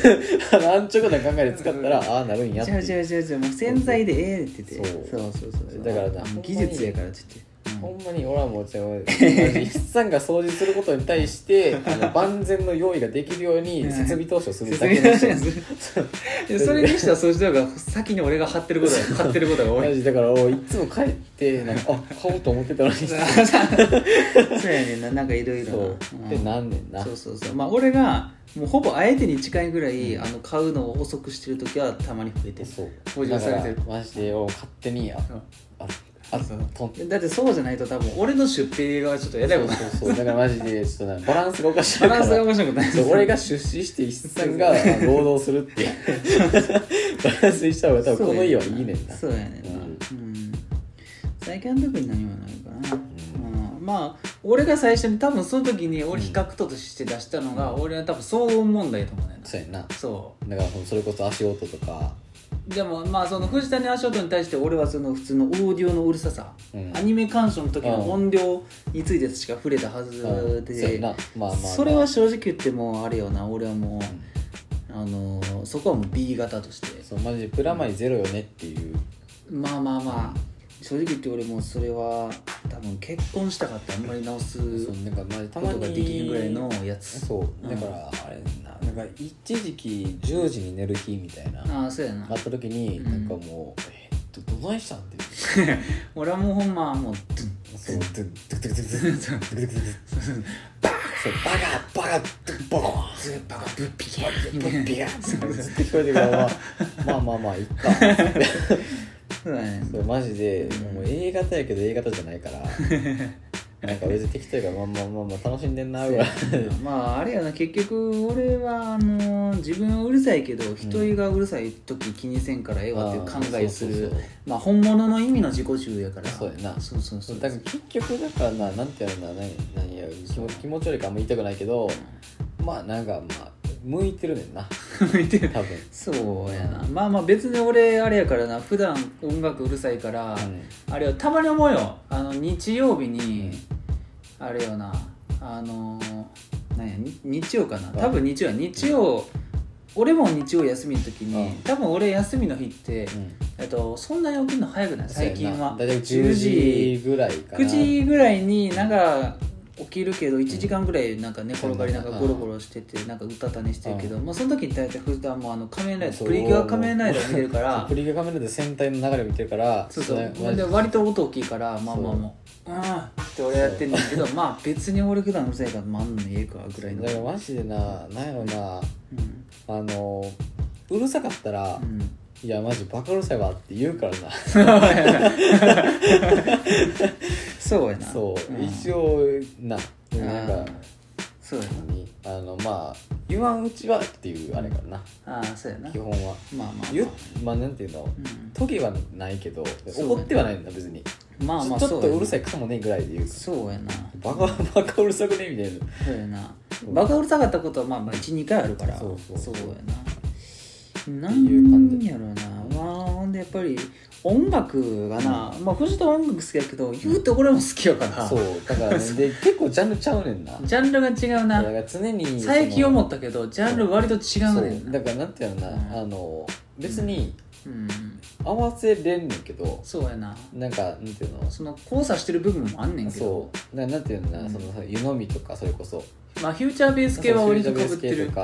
[SPEAKER 2] あの安直な考えで使ったらああなるんやって
[SPEAKER 1] 違う
[SPEAKER 2] い
[SPEAKER 1] 違
[SPEAKER 2] う
[SPEAKER 1] う違う違うもう洗剤でええって言って
[SPEAKER 2] そう
[SPEAKER 1] そうそうそうそう
[SPEAKER 2] だからな
[SPEAKER 1] もう技術やからって言って、
[SPEAKER 2] ほんまに俺はもうじゃあ マジで筆算が掃除することに対してあの万全の用意ができるように設備投資をするだけの人
[SPEAKER 1] うん、それにしてはそうした方が先に俺が貼ってることが貼ってることが多
[SPEAKER 2] マ
[SPEAKER 1] い
[SPEAKER 2] ジだから俺いつも帰ってなんかあ買おうと思ってたのに
[SPEAKER 1] そうやねんななんかいろい
[SPEAKER 2] そ
[SPEAKER 1] ろ
[SPEAKER 2] うってなんねんな
[SPEAKER 1] そうそうそうまあ俺がもうほぼあえてに近いぐらい、あの買うのを遅くしてる時はたまに増えてる
[SPEAKER 2] そう
[SPEAKER 1] 補充されてる
[SPEAKER 2] だからマジで俺勝手にあ
[SPEAKER 1] うん
[SPEAKER 2] ああとん
[SPEAKER 1] だってそうじゃないと多分俺の出費がちょっとやだいこと
[SPEAKER 2] そうそうだからマジでちょっとなバランスがおかしい
[SPEAKER 1] バ
[SPEAKER 2] から
[SPEAKER 1] ランスがおかしなことない
[SPEAKER 2] そう俺が出資して一さんがまあ労働するっ ていうバランスにした方が多分この家はいいねんな
[SPEAKER 1] そうやねんな、うん、最近は特に何もないかな、うんまあ俺が最初に多分その時に俺比較として出したのが、俺は多分騒音問題と思うねんな
[SPEAKER 2] そうやんな
[SPEAKER 1] そ
[SPEAKER 2] だからそれこそ足音とか
[SPEAKER 1] うでもまあその藤谷足音に対して俺はその普通のオーディオのうるささ、
[SPEAKER 2] うん
[SPEAKER 1] アニメ鑑賞の時の音量についてしか触れたはず
[SPEAKER 2] うん
[SPEAKER 1] で、
[SPEAKER 2] そうやんなまあまあまあ
[SPEAKER 1] それは正直言ってもうあれよな俺はも
[SPEAKER 2] ん
[SPEAKER 1] う、あのーそこはもう B 型として
[SPEAKER 2] そうマジでプラマイゼロよねっていう
[SPEAKER 1] まあまあまあ正直言って俺もうそれは多分結婚したかってあんまり直す
[SPEAKER 2] そ
[SPEAKER 1] こ
[SPEAKER 2] うなんかマジたま
[SPEAKER 1] と
[SPEAKER 2] に
[SPEAKER 1] ができるぐらいのやつ
[SPEAKER 2] そうだからあれやんななんか一時期10時に寝る日みたいな
[SPEAKER 1] ああそうやな
[SPEAKER 2] あ った時に
[SPEAKER 1] う
[SPEAKER 2] なんんかもうえっとどないしたんって
[SPEAKER 1] 俺はもうほんまもうドゥン
[SPEAKER 2] そう、ドゥンドゥクドゥクドゥクドゥクドゥクドゥクドゥクドゥクそうバカバカドゥクボーン
[SPEAKER 1] ズッバカブッピケ
[SPEAKER 2] ブッビャ
[SPEAKER 1] そう
[SPEAKER 2] ーずっと聞こえてくるからまあまあまあいっか
[SPEAKER 1] そうやね
[SPEAKER 2] それマジでもう A 型やけど A 型じゃないからなんか別に適当やからまあまあまあまあ楽しんでんなぐらい
[SPEAKER 1] まああれやな結局俺はあのー自分はうるさいけど人がうるさい時気にせんからええわっていう考えす
[SPEAKER 2] あーそう
[SPEAKER 1] る
[SPEAKER 2] そうそう
[SPEAKER 1] まあ本物の意味の自己中やから
[SPEAKER 2] そうやな
[SPEAKER 1] そうそうそう
[SPEAKER 2] だから結局だからななんてやるんだ何何や気持気持ち悪いかあんま言いたくないけどまあなんかまあ向いてるねんな
[SPEAKER 1] 向いてる
[SPEAKER 2] 多分
[SPEAKER 1] そうやなまあまあ別に俺あれやからな普段音楽うるさいから、あれよたまに思うよあの日曜日に、あれよなあのーなんやに日曜かな
[SPEAKER 2] うん
[SPEAKER 1] 多分日曜や日曜、俺も日曜休みの時に、
[SPEAKER 2] うん
[SPEAKER 1] 多分俺休みの日って、
[SPEAKER 2] うん
[SPEAKER 1] えっと、そんなに起きるの早くない最近は
[SPEAKER 2] 大体10時ぐらいかな
[SPEAKER 1] 9時ぐらいになんか起きるけど1時間ぐらいなんか寝転がりなんかゴロゴロしててなんかうたた寝してるけどもうその時に大体普段もうあの仮面ライダー
[SPEAKER 2] そう
[SPEAKER 1] プリキュア仮面ライダー見てるから
[SPEAKER 2] プリキュアカメラで戦隊の流れ見てるから
[SPEAKER 1] そうそう
[SPEAKER 2] れ
[SPEAKER 1] ほんで割と音大きいからまあまあもううんって俺やってんだけどまあ別に俺普段うるさいからまああんのええかぐらいの
[SPEAKER 2] だからマジでななんやろな
[SPEAKER 1] うん
[SPEAKER 2] あのうるさかったら「
[SPEAKER 1] うん
[SPEAKER 2] いやマジバカうるさいわ」って言うからな
[SPEAKER 1] そうやな
[SPEAKER 2] そう、
[SPEAKER 1] ん
[SPEAKER 2] 一応なでもなん
[SPEAKER 1] あー
[SPEAKER 2] か
[SPEAKER 1] そうや
[SPEAKER 2] 何あのまあ言わんうちはっていうあれか
[SPEAKER 1] な
[SPEAKER 2] な、
[SPEAKER 1] ああそうやな
[SPEAKER 2] 基本は
[SPEAKER 1] まあまあ
[SPEAKER 2] 言うまあなんていうの
[SPEAKER 1] うん
[SPEAKER 2] 時はないけど
[SPEAKER 1] そうね
[SPEAKER 2] 怒ってはないんだ別に、
[SPEAKER 1] まあまあ
[SPEAKER 2] ちょち
[SPEAKER 1] そ
[SPEAKER 2] ょ
[SPEAKER 1] う
[SPEAKER 2] っと
[SPEAKER 1] やな
[SPEAKER 2] うるさいかもねぐらいで言うか
[SPEAKER 1] そうやな
[SPEAKER 2] らバカバカうるさくねみたいな
[SPEAKER 1] そうやなバカうるさかったことはまあまあ12回あるから
[SPEAKER 2] そうそう
[SPEAKER 1] やな
[SPEAKER 2] て
[SPEAKER 1] ない
[SPEAKER 2] うん感
[SPEAKER 1] やろなまあほんでやっぱり音楽がな、まあ藤田は音楽好きやけど言うて俺も好きやから、
[SPEAKER 2] そうだから ねで結構ジャンルちゃうねんな
[SPEAKER 1] ジャンルが違う
[SPEAKER 2] だ
[SPEAKER 1] な
[SPEAKER 2] から常にその
[SPEAKER 1] 最近思ったけどジャンル割と違うね
[SPEAKER 2] そ
[SPEAKER 1] ん
[SPEAKER 2] う
[SPEAKER 1] な
[SPEAKER 2] だからなんていうのかな、
[SPEAKER 1] うん
[SPEAKER 2] あの別に
[SPEAKER 1] うん
[SPEAKER 2] 合わせれんねんけど
[SPEAKER 1] そうやな
[SPEAKER 2] なんかなんていうの
[SPEAKER 1] その交差してる部分もあんねんけど
[SPEAKER 2] そうななんていうのかな、
[SPEAKER 1] うん
[SPEAKER 2] その湯飲みとかそれこそ
[SPEAKER 1] まあフューチャーベース系は割とかぶって
[SPEAKER 2] そうフューチャーベース系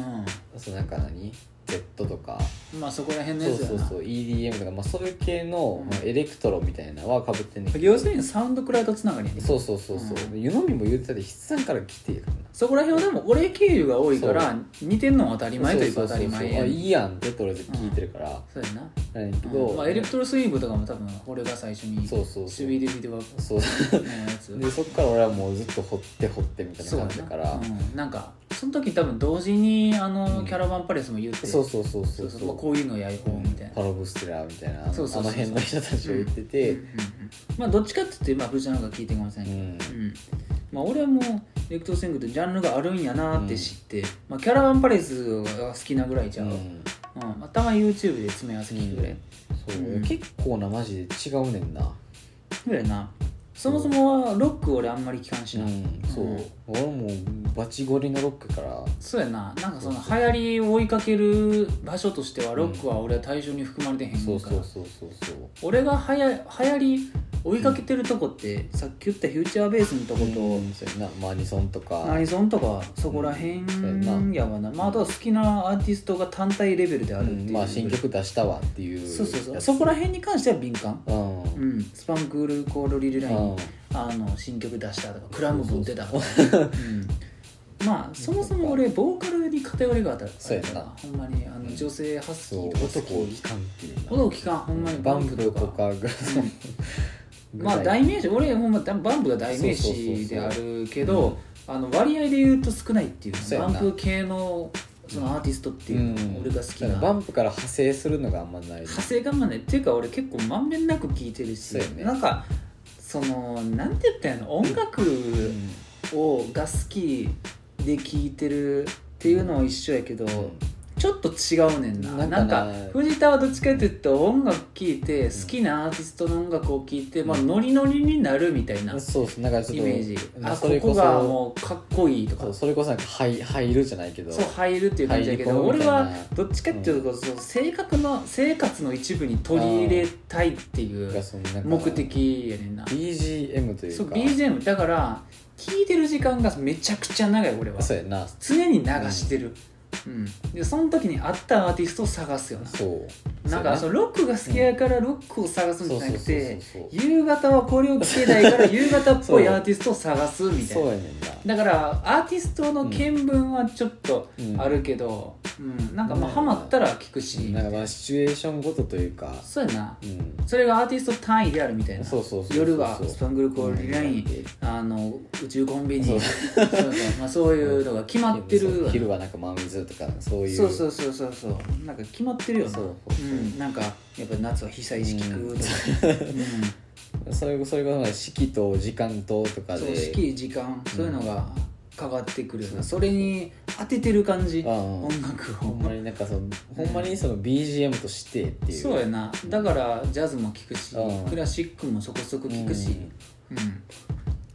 [SPEAKER 1] る
[SPEAKER 2] とか
[SPEAKER 1] う
[SPEAKER 2] そうなんか何 Z とか
[SPEAKER 1] んまあそこら辺の
[SPEAKER 2] そう
[SPEAKER 1] やつや
[SPEAKER 2] そう
[SPEAKER 1] な
[SPEAKER 2] そう EDM とか、まあ、それ系の、
[SPEAKER 1] うん
[SPEAKER 2] まあ、エレクトロみたいなのはかぶってんねんけど
[SPEAKER 1] 要するにサウンドクラウドつながりやね
[SPEAKER 2] そうそうそうそう、
[SPEAKER 1] う
[SPEAKER 2] 湯飲みも言ってたで筆算から来てるからな
[SPEAKER 1] そこら辺はでも俺経由が多いから似てんのは当たり前というか
[SPEAKER 2] そう
[SPEAKER 1] 当
[SPEAKER 2] そう
[SPEAKER 1] た
[SPEAKER 2] そ
[SPEAKER 1] り
[SPEAKER 2] うそ
[SPEAKER 1] 前
[SPEAKER 2] う
[SPEAKER 1] や
[SPEAKER 2] あ
[SPEAKER 1] ね
[SPEAKER 2] い
[SPEAKER 1] ん
[SPEAKER 2] いやんってとりあえず聞いてるから、
[SPEAKER 1] そうやな
[SPEAKER 2] なんやけど、
[SPEAKER 1] うんまあ、エレクトロスイングとかも多分俺が最初に
[SPEAKER 2] そうそうそう
[SPEAKER 1] CD でビデオのや
[SPEAKER 2] そう
[SPEAKER 1] つ
[SPEAKER 2] でそっから俺はもうずっと掘って掘ってみたいな
[SPEAKER 1] そう
[SPEAKER 2] 感
[SPEAKER 1] や
[SPEAKER 2] じだ
[SPEAKER 1] な
[SPEAKER 2] から
[SPEAKER 1] うん、なんかその時多分同時にあの、
[SPEAKER 2] うん
[SPEAKER 1] キャラバンパレスも言って
[SPEAKER 2] そうそうそうそ
[SPEAKER 1] そうう
[SPEAKER 2] そ
[SPEAKER 1] そううまあこういうのやりこうみたいな、
[SPEAKER 2] パロブステラーみたいなあの
[SPEAKER 1] そうそうそうそう
[SPEAKER 2] あの辺の人たちを言ってて、
[SPEAKER 1] うんうんうんまあどっちかって言ってまあ藤田なんか聞いてるかもしれないけど、
[SPEAKER 2] うん
[SPEAKER 1] うんまあ、俺はもうエレクトロスイングってジャンルがあるんやなって知って、まあ、キャラバンパレスが好きなぐらいじゃん、
[SPEAKER 2] う
[SPEAKER 1] うん
[SPEAKER 2] ん
[SPEAKER 1] まあ、たまに YouTube で詰め合わせ聞くぐらい、
[SPEAKER 2] そう、
[SPEAKER 1] うん
[SPEAKER 2] 結構なマジで違うねんな
[SPEAKER 1] ぐらいなそもそもはロック俺あんまり聞かんし
[SPEAKER 2] う
[SPEAKER 1] な、
[SPEAKER 2] んそう、
[SPEAKER 1] うん
[SPEAKER 2] 俺もうバチゴリのロックから
[SPEAKER 1] そうやななんかその流行りを追いかける場所としてはロックは俺は対象に含まれてへんから、
[SPEAKER 2] そうそうそうそうそう
[SPEAKER 1] 俺がはや流行り追いかけてるとこって、さっき言ったフューチャーベースのとこ
[SPEAKER 2] う
[SPEAKER 1] と、
[SPEAKER 2] んそうやなマニソンとか
[SPEAKER 1] ナリソンとかそこら辺やわな、まあ、あとは好きなアーティストが単体レベルであるっていう、
[SPEAKER 2] うんまあ新曲出したわっていう
[SPEAKER 1] そうそうそ
[SPEAKER 2] や
[SPEAKER 1] う
[SPEAKER 2] つ
[SPEAKER 1] そこら辺に関しては敏感
[SPEAKER 2] うん、う
[SPEAKER 1] うんスパンクールコールリルライン、
[SPEAKER 2] ん
[SPEAKER 1] あの新曲出したとかクラムボン出たとか、うん、まあそもそも俺ボーカルに偏りがあったから
[SPEAKER 2] そうやな
[SPEAKER 1] ほんまにあの女性ハスキ
[SPEAKER 2] そう
[SPEAKER 1] ーとか
[SPEAKER 2] 男を
[SPEAKER 1] 好
[SPEAKER 2] 聞
[SPEAKER 1] き
[SPEAKER 2] かんっていうな
[SPEAKER 1] 音を聞かんほんまに
[SPEAKER 2] バンブルとかグラソン
[SPEAKER 1] まあ代名詞俺ほんまバンプが代名詞であるけどあの割合で言うと少ないっていう
[SPEAKER 2] そうや
[SPEAKER 1] バ
[SPEAKER 2] な
[SPEAKER 1] ンプ系のそのアーティストっていうのが俺が好きな
[SPEAKER 2] だからバンプから派生するのがあんまない
[SPEAKER 1] 派生がまねっていうか俺結構まんべんなく聴いてるし
[SPEAKER 2] そうやね
[SPEAKER 1] なんかそのなんて言ったんやろ音楽
[SPEAKER 2] うん
[SPEAKER 1] をが好きで聴いてるっていうのは一緒やけど、ちょっと違うねんな
[SPEAKER 2] な
[SPEAKER 1] なんん
[SPEAKER 2] か
[SPEAKER 1] か
[SPEAKER 2] な
[SPEAKER 1] 藤田はどっちかっていうと音楽聴いて好きなアーティストの音楽を聴いて、まあ、ノリノリになるみたいなイ
[SPEAKER 2] そうそうなんかちょっと
[SPEAKER 1] メージ
[SPEAKER 2] うん
[SPEAKER 1] あ
[SPEAKER 2] そ
[SPEAKER 1] こ
[SPEAKER 2] れこ
[SPEAKER 1] こ
[SPEAKER 2] そ
[SPEAKER 1] がもうかっこいいとか
[SPEAKER 2] そうそれこそなんか入入るじゃないけど
[SPEAKER 1] そう入るっていう感じだけど
[SPEAKER 2] 入り込むみ
[SPEAKER 1] 俺
[SPEAKER 2] たいな
[SPEAKER 1] はどっちかっていうとその性格の生活の一部に取り入れたいってい
[SPEAKER 2] が
[SPEAKER 1] う
[SPEAKER 2] そのなんか
[SPEAKER 1] 目的やねんな
[SPEAKER 2] BGM というか
[SPEAKER 1] そう BGM だから聴いてる時間がめちゃくちゃ長い俺は
[SPEAKER 2] そうやな
[SPEAKER 1] 常に流してる、うんでその時に合ったアーティストを探すよな
[SPEAKER 2] そう
[SPEAKER 1] なんかそ
[SPEAKER 2] そう
[SPEAKER 1] のロックが好きやからロックを探すんじゃなく
[SPEAKER 2] う
[SPEAKER 1] て
[SPEAKER 2] んそうそうそう
[SPEAKER 1] 夕方はこれを聴けない から夕方っぽいアーティストを探すみ
[SPEAKER 2] やな
[SPEAKER 1] たい
[SPEAKER 2] そう
[SPEAKER 1] な
[SPEAKER 2] やねんな
[SPEAKER 1] だからアーティストの見聞はちょっと
[SPEAKER 2] うん
[SPEAKER 1] あるけど、うん、なんかまあ
[SPEAKER 2] うん
[SPEAKER 1] ハマったら聞くし
[SPEAKER 2] なんかまあシチュエーションごとというか
[SPEAKER 1] そうやな
[SPEAKER 2] うん
[SPEAKER 1] それがアーティスト単位であるみたいな
[SPEAKER 2] そうそうそうそう
[SPEAKER 1] 夜はスパングルコールリライン
[SPEAKER 2] うん
[SPEAKER 1] あの宇宙コンビニ
[SPEAKER 2] そ
[SPEAKER 1] そううそうまあ、そういうのが決まってるわ
[SPEAKER 2] 昼はなんか真水とかそういう
[SPEAKER 1] そうそうそうそうそうなんか決まってるよな
[SPEAKER 2] そうそう
[SPEAKER 1] う、
[SPEAKER 2] そうん
[SPEAKER 1] なんかやっぱ夏は被災時期
[SPEAKER 2] う
[SPEAKER 1] く
[SPEAKER 2] ん
[SPEAKER 1] とか、
[SPEAKER 2] それそれこそ四季と時間とと
[SPEAKER 1] う
[SPEAKER 2] か
[SPEAKER 1] ん、そう
[SPEAKER 2] で
[SPEAKER 1] 四季時間そういうのがかかってくるようなそれに当ててる感じ
[SPEAKER 2] ああ
[SPEAKER 1] 音楽
[SPEAKER 2] ほんま
[SPEAKER 1] を
[SPEAKER 2] になんかそのほんまにその BGM としてっていう
[SPEAKER 1] そうやなだからジャズも聴くし
[SPEAKER 2] うん
[SPEAKER 1] クラシックもそこそこ聴くしうん、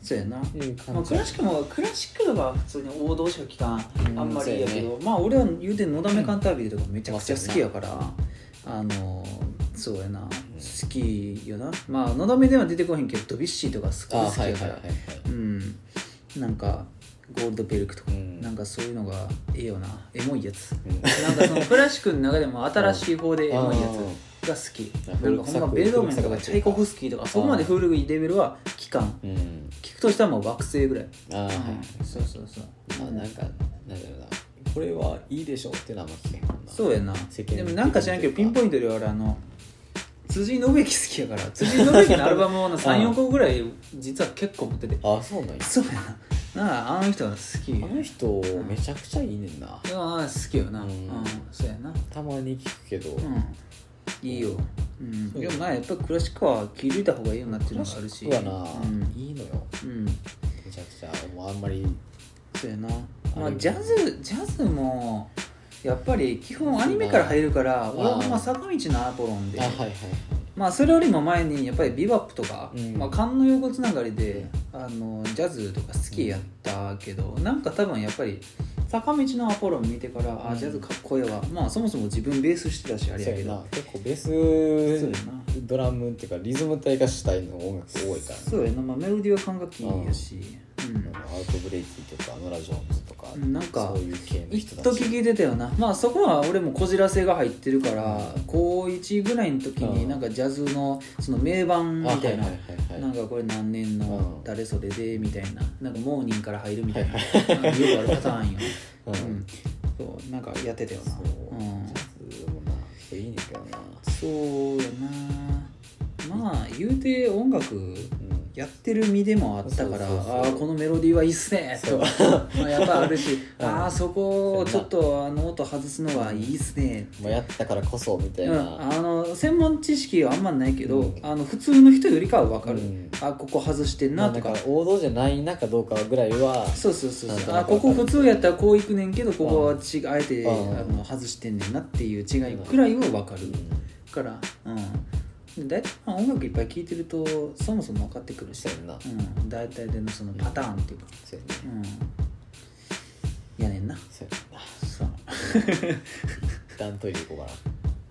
[SPEAKER 1] そうやな
[SPEAKER 2] うんいう
[SPEAKER 1] まあ、
[SPEAKER 2] 感じ
[SPEAKER 1] クラシックもクラシックとかは普通に王道しか聴か
[SPEAKER 2] うん
[SPEAKER 1] んあんまりやけ
[SPEAKER 2] そう
[SPEAKER 1] ど、まあ俺は言うて「のだめカンタービレ」とかめちゃくちゃ好きやから、あのそうやな好きよなまあのだめでは出てこへんけどドビュッシーとかすごい
[SPEAKER 2] あ
[SPEAKER 1] 好き
[SPEAKER 2] はい
[SPEAKER 1] や
[SPEAKER 2] は
[SPEAKER 1] か
[SPEAKER 2] いはい
[SPEAKER 1] ら
[SPEAKER 2] はい
[SPEAKER 1] うんなんかゴールドベルクとか、
[SPEAKER 2] うん
[SPEAKER 1] なんかそういうのがええよなエモいやつ
[SPEAKER 2] うん
[SPEAKER 1] なんかそのクラシックの中でも新しい方でエモいや
[SPEAKER 2] うん
[SPEAKER 1] つが好き
[SPEAKER 2] あー
[SPEAKER 1] なんかほんまベートーベンとかチャイコフスキーとかそこまで古いレベルは期間
[SPEAKER 2] うん
[SPEAKER 1] 聞くとしたらもう惑星ぐらい
[SPEAKER 2] あーはい
[SPEAKER 1] そうそうそう
[SPEAKER 2] まあなんかなんだろうなこれはいいでしょうっていうのはあんま聞けへんもんな
[SPEAKER 1] そうやな
[SPEAKER 2] 世間
[SPEAKER 1] でもなんか知らんけどピンポイントで俺あの辻信之好きやから辻信之のアルバムを
[SPEAKER 2] うん
[SPEAKER 1] 34個ぐらい実は結構持ってて
[SPEAKER 2] あそうなんや
[SPEAKER 1] そうやななんかあの人が好き
[SPEAKER 2] あの人めちゃくちゃいいねんな
[SPEAKER 1] でもあ好きよなう
[SPEAKER 2] う
[SPEAKER 1] んんそうやな
[SPEAKER 2] たまに聞くけど
[SPEAKER 1] うんいいようん
[SPEAKER 2] そう
[SPEAKER 1] でもまあやっぱクラシックは聴いといた方がいいよなっていうのがあるし
[SPEAKER 2] クラシックはな、
[SPEAKER 1] うん
[SPEAKER 2] いいのよ
[SPEAKER 1] うん
[SPEAKER 2] めちゃくちゃもうあんまり
[SPEAKER 1] そうやな
[SPEAKER 2] あ
[SPEAKER 1] まあ
[SPEAKER 2] れ
[SPEAKER 1] ジャズジャズもやっぱり基本アニメから入るから俺はまあ坂道のアポロンで
[SPEAKER 2] あはいはい
[SPEAKER 1] まあそれよりも前にやっぱりビバップとか、
[SPEAKER 2] うん
[SPEAKER 1] まあ勘の横つながりで、あのジャズとか好きやったけど、なんか多分やっぱり坂道のアポロン見てから、
[SPEAKER 2] う
[SPEAKER 1] あ
[SPEAKER 2] ん
[SPEAKER 1] ジャズかっこええわまあそもそも自分ベースしてたしあ
[SPEAKER 2] は
[SPEAKER 1] れ
[SPEAKER 2] いそ
[SPEAKER 1] や
[SPEAKER 2] う
[SPEAKER 1] け
[SPEAKER 2] やな
[SPEAKER 1] ど
[SPEAKER 2] 結構ベー
[SPEAKER 1] そうや
[SPEAKER 2] ス
[SPEAKER 1] な
[SPEAKER 2] ドラムっていうかリズム体が主体の音楽多いからね
[SPEAKER 1] そうやな、まあ、メロディーは管楽器やし、うん
[SPEAKER 2] アウトブレイキーとかノラ・ジョーンズとか
[SPEAKER 1] なんか
[SPEAKER 2] そういう系の
[SPEAKER 1] 一
[SPEAKER 2] 人た
[SPEAKER 1] 時
[SPEAKER 2] ち
[SPEAKER 1] 聞いてたよなまあそこは俺もこじらせが入ってるから
[SPEAKER 2] うん
[SPEAKER 1] 高1ぐらいの時
[SPEAKER 2] う
[SPEAKER 1] に
[SPEAKER 2] ん
[SPEAKER 1] なんかジャズのその名
[SPEAKER 2] あ
[SPEAKER 1] 盤み
[SPEAKER 2] はい
[SPEAKER 1] た
[SPEAKER 2] はいい
[SPEAKER 1] な
[SPEAKER 2] はいはい
[SPEAKER 1] なんかこれ何年の
[SPEAKER 2] うん
[SPEAKER 1] 誰それでみたいななんかモーニンから入るみたいな
[SPEAKER 2] は
[SPEAKER 1] なんかよくあるパターンよ、
[SPEAKER 2] う
[SPEAKER 1] うんん、そうなんかやってたよ
[SPEAKER 2] そ
[SPEAKER 1] な
[SPEAKER 2] う
[SPEAKER 1] うん
[SPEAKER 2] ジャズもなそれいいねんけどな
[SPEAKER 1] そうやなまあ言うて音楽
[SPEAKER 2] うん
[SPEAKER 1] やってる身でもあったから
[SPEAKER 2] そうそうそう
[SPEAKER 1] ああこのメロディーはいいっすね
[SPEAKER 2] そう
[SPEAKER 1] とかまあやっぱあるし、
[SPEAKER 2] うん
[SPEAKER 1] ああそこをちょっとあの音外すのはいいっすね
[SPEAKER 2] もうやったからこそみたい
[SPEAKER 1] うん、
[SPEAKER 2] な
[SPEAKER 1] あの専門知識はあんまないけど、
[SPEAKER 2] うん
[SPEAKER 1] あの普通の人よりかは分かる、
[SPEAKER 2] うん
[SPEAKER 1] あここ外してん
[SPEAKER 2] ま
[SPEAKER 1] な
[SPEAKER 2] あ
[SPEAKER 1] と
[SPEAKER 2] だ
[SPEAKER 1] か,、
[SPEAKER 2] から王道じゃない中どうかぐらいは
[SPEAKER 1] そうそうそう
[SPEAKER 2] なんと
[SPEAKER 1] そう
[SPEAKER 2] な
[SPEAKER 1] あ
[SPEAKER 2] くわかる
[SPEAKER 1] ここ普通やったらこういくねんけどここはちあえてあ
[SPEAKER 2] うん
[SPEAKER 1] の外してんねんなっていう違いくらいは分かるから、うん、だいたいまあ音楽いっぱい聴いてるとそもそも分かってくるし
[SPEAKER 2] そう、やんな
[SPEAKER 1] うん、大体でのそのパターンっていうか、
[SPEAKER 2] そうやね
[SPEAKER 1] うん、やねんな
[SPEAKER 2] そうやねんな
[SPEAKER 1] そう
[SPEAKER 2] 一旦トイレ行こうかな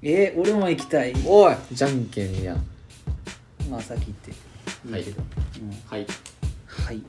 [SPEAKER 1] えー、俺も行きたい
[SPEAKER 2] おいじゃんけんやん
[SPEAKER 1] まあ先行っていいけど、
[SPEAKER 2] はい
[SPEAKER 1] うん、はい